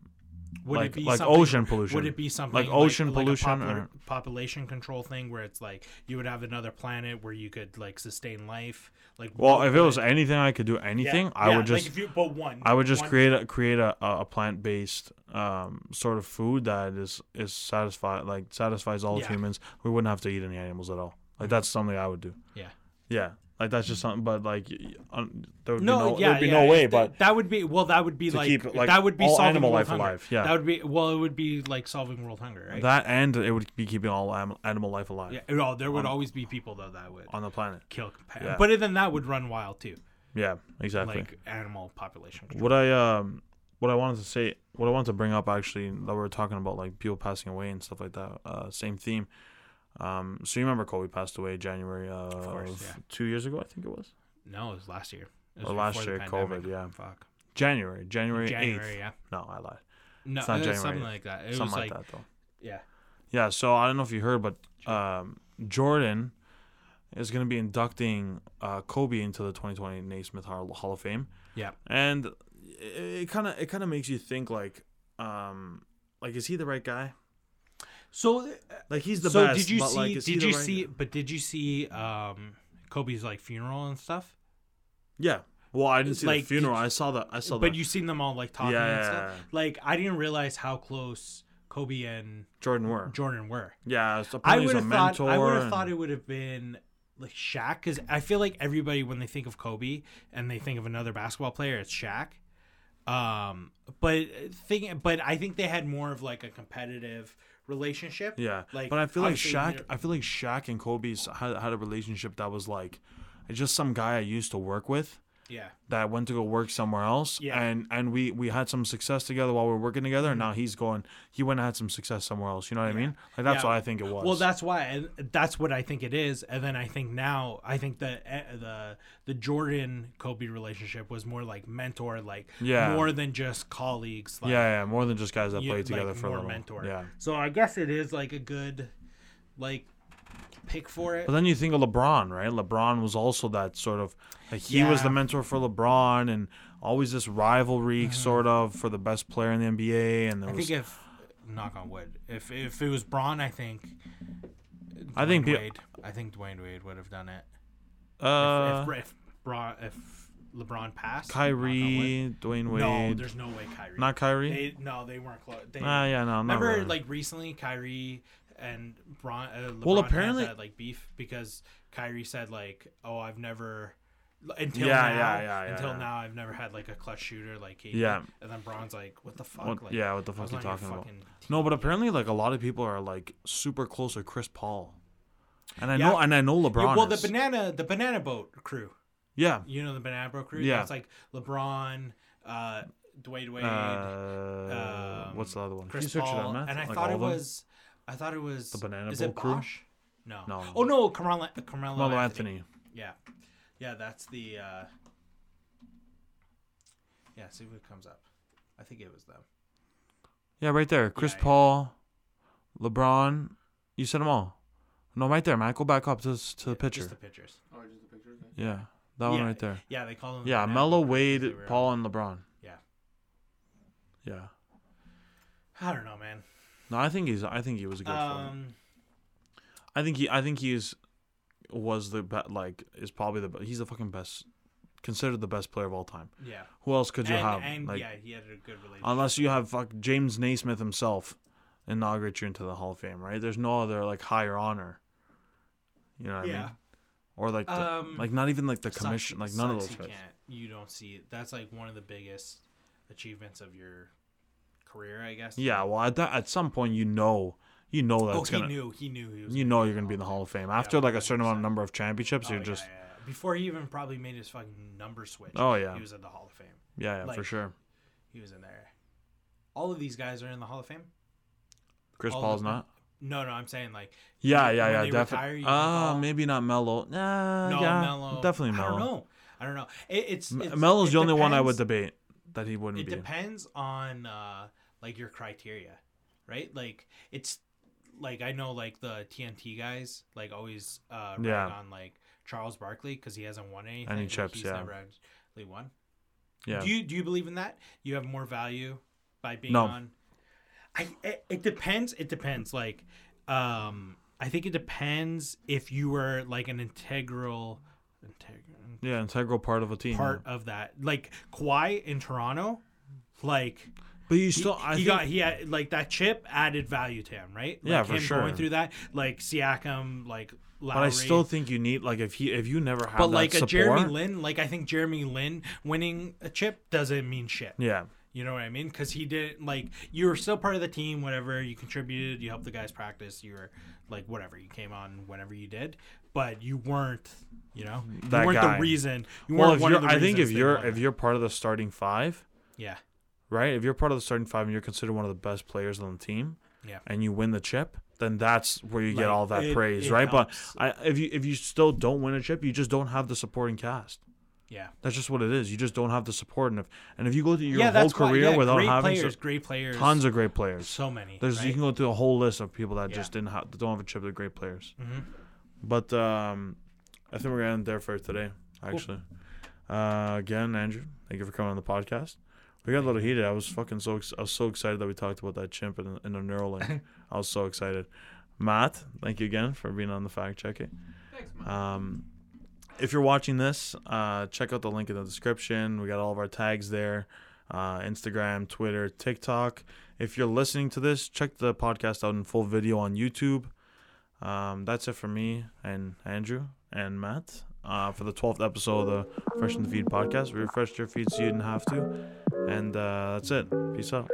B: would
A: like
B: it be
A: like
B: something-
A: ocean pollution
B: would it be something
A: like ocean
B: a
A: pollution
B: popula-
A: or-
B: population control thing where it's like you would have another planet where you could like sustain life like
A: well
B: what
A: if it was
B: would-
A: anything I could do anything
B: Yeah,
A: I
B: yeah,
A: would
B: like
A: just
B: if you, but one
A: I would just
B: one-
A: create a create a, a a plant-based um, sort of food that is is satisfied like satisfies all of
B: Yeah.
A: humans. We wouldn't have to eat any animals at all. Like that's something I would do.
B: Yeah.
A: Yeah. Like that's just something but like y- y- un, there would
B: no,
A: be no
B: yeah,
A: there would be
B: yeah,
A: no way
B: th-
A: but
B: that would be well. That would be
A: To
B: like,
A: keep, like,
B: that would be
A: all
B: solving
A: animal
B: world
A: life
B: hunger.
A: alive, yeah.
B: that would be well. It would be like solving world hunger, right?
A: that and it would be keeping all am, animal life alive
B: yeah, no, there would always be people though that would
A: on the planet.
B: kill. Compa-
A: Um, Yeah.
B: But then that would run wild too,
A: Yeah, exactly.
B: like animal population. Control.
A: what I um what I wanted to say what I wanted to bring up actually that we were talking about like people passing away and stuff like that. Uh, same theme. Um, so you remember Kobe passed away January uh, of,
B: course, yeah.
A: two years ago, I think it was
B: No, it was last year. It was
A: Or last
B: before the
A: year,
B: pandemic.
A: COVID, yeah.
B: Fuck.
A: January January
B: January,
A: eighth.
B: yeah.
A: No, I lied.
B: No,
A: It's not
B: it was
A: January
B: something
A: 8th.
B: like that. It was
A: Something
B: like,
A: like that though.
B: yeah.
A: Yeah. So I don't know if you heard, but um, Jordan is going to be inducting uh, Kobe into the 2020 Naismith Hall Hall of Fame.
B: Yeah.
A: and it kind of it kind of makes you think like um like is he the right guy
B: So,
A: like he's the
B: so
A: best
B: did you
A: but
B: see?
A: like is he
B: did
A: the
B: you
A: right
B: see?
A: guy?
B: But did you see um, Kobe's like funeral and stuff?
A: yeah well i didn't see
B: Like,
A: the funeral
B: did-
A: i saw the i saw
B: but
A: the
B: you seen them all like talking and
A: Yeah.
B: stuff. Like I didn't realize how close Kobe and
A: jordan were
B: Jordan were.
A: yeah so
B: I
A: apparently
B: would
A: he's a
B: have thought.
A: mentor
B: I would have
A: and-
B: thought it would have been like Shaq because I feel like everybody when they think of Kobe and they think of another basketball player, it's Shaq. Um, but thing, but I think they had more of like a competitive relationship.
A: yeah
B: like,
A: but i feel like
B: obviously,
A: shaq
B: they're-
A: i feel like shaq and kobe's had, had a relationship that was like just some guy i used to work with
B: Yeah,
A: that went to go work somewhere else
B: Yeah. Mm-hmm.
A: and and we we had some success together while we were working together and now he's going he went and had some success somewhere else you know what i mean like that's
B: Yeah.
A: what i think it was
B: Well, that's why and that's what I think it is, and then I think now I think the eh, the the Jordan Kobe relationship was more like mentor, like
A: Yeah.
B: more than just colleagues. Like,
A: yeah, yeah, more than just guys that
B: you-
A: played
B: like,
A: together for a
B: more
A: little.
B: mentor.
A: Yeah,
B: So I guess it is like a good like pick for it.
A: but then you think of LeBron, right? LeBron was also that sort of like he was
B: Yeah. Mm-hmm.
A: the mentor for LeBron, and always this rivalry sort of for the best player in the NBA. And there
B: I
A: was,
B: think if knock on wood, if if it was Braun, I think
A: I think
B: Dwayne
A: peo-
B: Wade, I think Dwayne Wade would have done it.
A: uh,
B: if, if, if Braun, if LeBron passed, knock on wood-
A: Kyrie, Dwayne
B: No,
A: Wade,
B: there's no way Kyrie.
A: not Kyrie.
B: They no, they weren't close. They,
A: Ah, yeah, no, not
B: remember
A: really.
B: like recently Kyrie and Bron. Uh, LeBron
A: Well, apparently-
B: apparently had that, like beef because Kyrie said like, "Oh, I've never." Until
A: Yeah,
B: now,
A: yeah, yeah, yeah,
B: until
A: yeah.
B: now, I've never had like a clutch shooter like KD.
A: Yeah.
B: and then Bron's like, "What the fuck?
A: What-
B: like,
A: yeah, what the
B: I
A: fuck
B: was
A: you
B: on your
A: talking about?
B: fucking team."
A: no, but apparently, like a lot of people are like super close to Chris Paul, and I
B: Yeah.
A: know, and I know
B: Yeah,
A: LeBron.
B: well, the
A: is.
B: banana, the banana boat crew.
A: Yeah.
B: You know the banana boat crew.
A: Yeah.
B: That's like LeBron, uh, Dwayne Wade, um,
A: Uh, what's the other one?
B: Chris
A: Can you search it
B: Paul,
A: on math?
B: and I
A: Like,
B: thought
A: all
B: it
A: of them?
B: was, I thought it was the
A: Banana
B: is
A: Boat
B: it
A: Crew?
B: Bosch? No.
A: No.
B: Oh no, Carmelo, Carmelo,
A: Carmelo
B: Anthony.
A: Anthony.
B: Yeah, yeah, that's the. uh Yeah, see what comes up. I think it was them.
A: Yeah, right there. Chris
B: yeah.
A: Paul, LeBron. You said them all. No, right there, man. Go back up to s- to the
B: Yeah,
A: picture.
B: Just the pictures.
C: Oh, just the picture. Okay.
A: Yeah, that one
B: Yeah,
A: right there.
B: Yeah, they call them.
A: Yeah,
B: banana
A: Melo,
B: boat crew 'cause
A: Wade,
B: they were-
A: Paul, and LeBron.
B: Yeah.
A: Yeah.
B: I don't know, man.
A: No, I think he's. I think he was a good. Um,
B: Um,
A: I think he. I think he's was the best. Like is probably the. be- He's the fucking best. Considered the best player of all time.
B: yeah.
A: Who else could you
B: and,
A: have?
B: and
A: like,
B: yeah, he had a good relationship.
A: unless you have fuck James Naismith himself inaugurate you into the Hall of Fame, right? There's no other like higher honor. You know what I
B: yeah.
A: mean? Or like, the,
B: Um,
A: like not even like the
B: Sucks-
A: commission, like none of
B: sucks
A: those
B: you
A: guys.
B: can't- You don't see it. That's like one of the biggest achievements of your career, I guess.
A: Yeah, well, at that, at some point you know, you know that's
B: Oh,
A: gonna,
B: he knew. He knew he was.
A: you know, you're gonna be in the Hall of Fame after like a certain amount of number of championships.
B: Oh,
A: you're
B: yeah,
A: just,
B: yeah, yeah. Before he even probably made his fucking number switch.
A: Oh, yeah.
B: He was at the Hall of Fame.
A: yeah, yeah, for
B: like-
A: sure.
B: He was in there. All of these guys are in the Hall of Fame.
A: Chris
B: all
A: Paul's
B: of them-
A: not.
B: No, no, I'm saying like.
A: Yeah,
B: when
A: yeah,
B: they
A: yeah,
B: retire,
A: definitely.
B: you
A: Ah,
B: can-
A: maybe not Melo. Nah,
B: No,
A: Uh, yeah,
B: Melo.
A: definitely
B: I don't
A: Melo.
B: know. I don't know. It, it's,
A: M-
B: it's
A: Melo's
B: it
A: the only one I would
B: depends-
A: debate that he wouldn't
B: it
A: be.
B: depends on uh like your criteria right like it's like i know like the tnt guys like always uh rag
A: Yeah.
B: on like charles barkley because he hasn't won anything like,
A: chips,
B: he's
A: yeah.
B: never actually won
A: Yeah.
B: do you do you believe in that you have more value by being
A: No.
B: on i it, it depends it depends like um i think it depends if you were like an integral integral
A: yeah, integral part of a team.
B: part of that like Kawhi in toronto like
A: But you
B: he,
A: still, I
B: he
A: think,
B: got he had like that chip added value to him, right? Like
A: Yeah, for
B: him Going
A: sure.
B: through that, like Siakam, like Lowry,
A: but I still think you need like if he if you never have
B: but
A: that
B: like a
A: support,
B: Jeremy Lin, like I think Jeremy Lin winning a chip doesn't mean shit.
A: yeah,
B: You know what I mean? Because he didn't like you were still part of the team, whatever you contributed, you helped the guys practice, you were like whatever you came on whenever you did, but you weren't, you know,
A: That
B: you weren't
A: guy.
B: the reason. You
A: well,
B: weren't
A: if
B: one
A: you're,
B: of the
A: I think
B: reasons
A: if
B: they
A: you're
B: won
A: if
B: that.
A: you're part of the starting five,
B: yeah,
A: right? If you're part of the starting five and you're considered one of the best players on the team,
B: Yeah.
A: and you win the chip, then that's where you
B: Like,
A: get all that
B: it-
A: praise,
B: it
A: right?
B: helps.
A: But I, if you if you still don't win a chip, you just don't have the supporting cast.
B: yeah.
A: That's just what it is. You just don't have the support, and if and if you go through your
B: yeah,
A: whole
B: that's why-
A: career
B: yeah,
A: without
B: great
A: having
B: players,
A: so-
B: great players,
A: tons of great players,
B: so many.
A: there's
B: right?
A: you can go through a whole list of people that
B: Yeah.
A: just didn't have don't have a chip. They're great players.
B: Mhm.
A: But um, I think we're gonna end there for today. Actually, uh, again, Andrew, thank you for coming on the podcast. We got a little heated. I was fucking so ex- I was so excited that we talked about that chimp in, in the Neuralink. I was so excited. Matt, thank you again for being on the fact checking.
C: Thanks, man.
A: Um, if you're watching this, uh, check out the link in the description. We got all of our tags there uh, Instagram, Twitter, TikTok. If you're listening to this, check the podcast out in full video on YouTube. Um, that's it for me and Andrew and Matt uh, for the 12th episode of the Fresh in the Feed podcast. We refreshed your feed so you didn't have to. And uh, that's it. Peace out.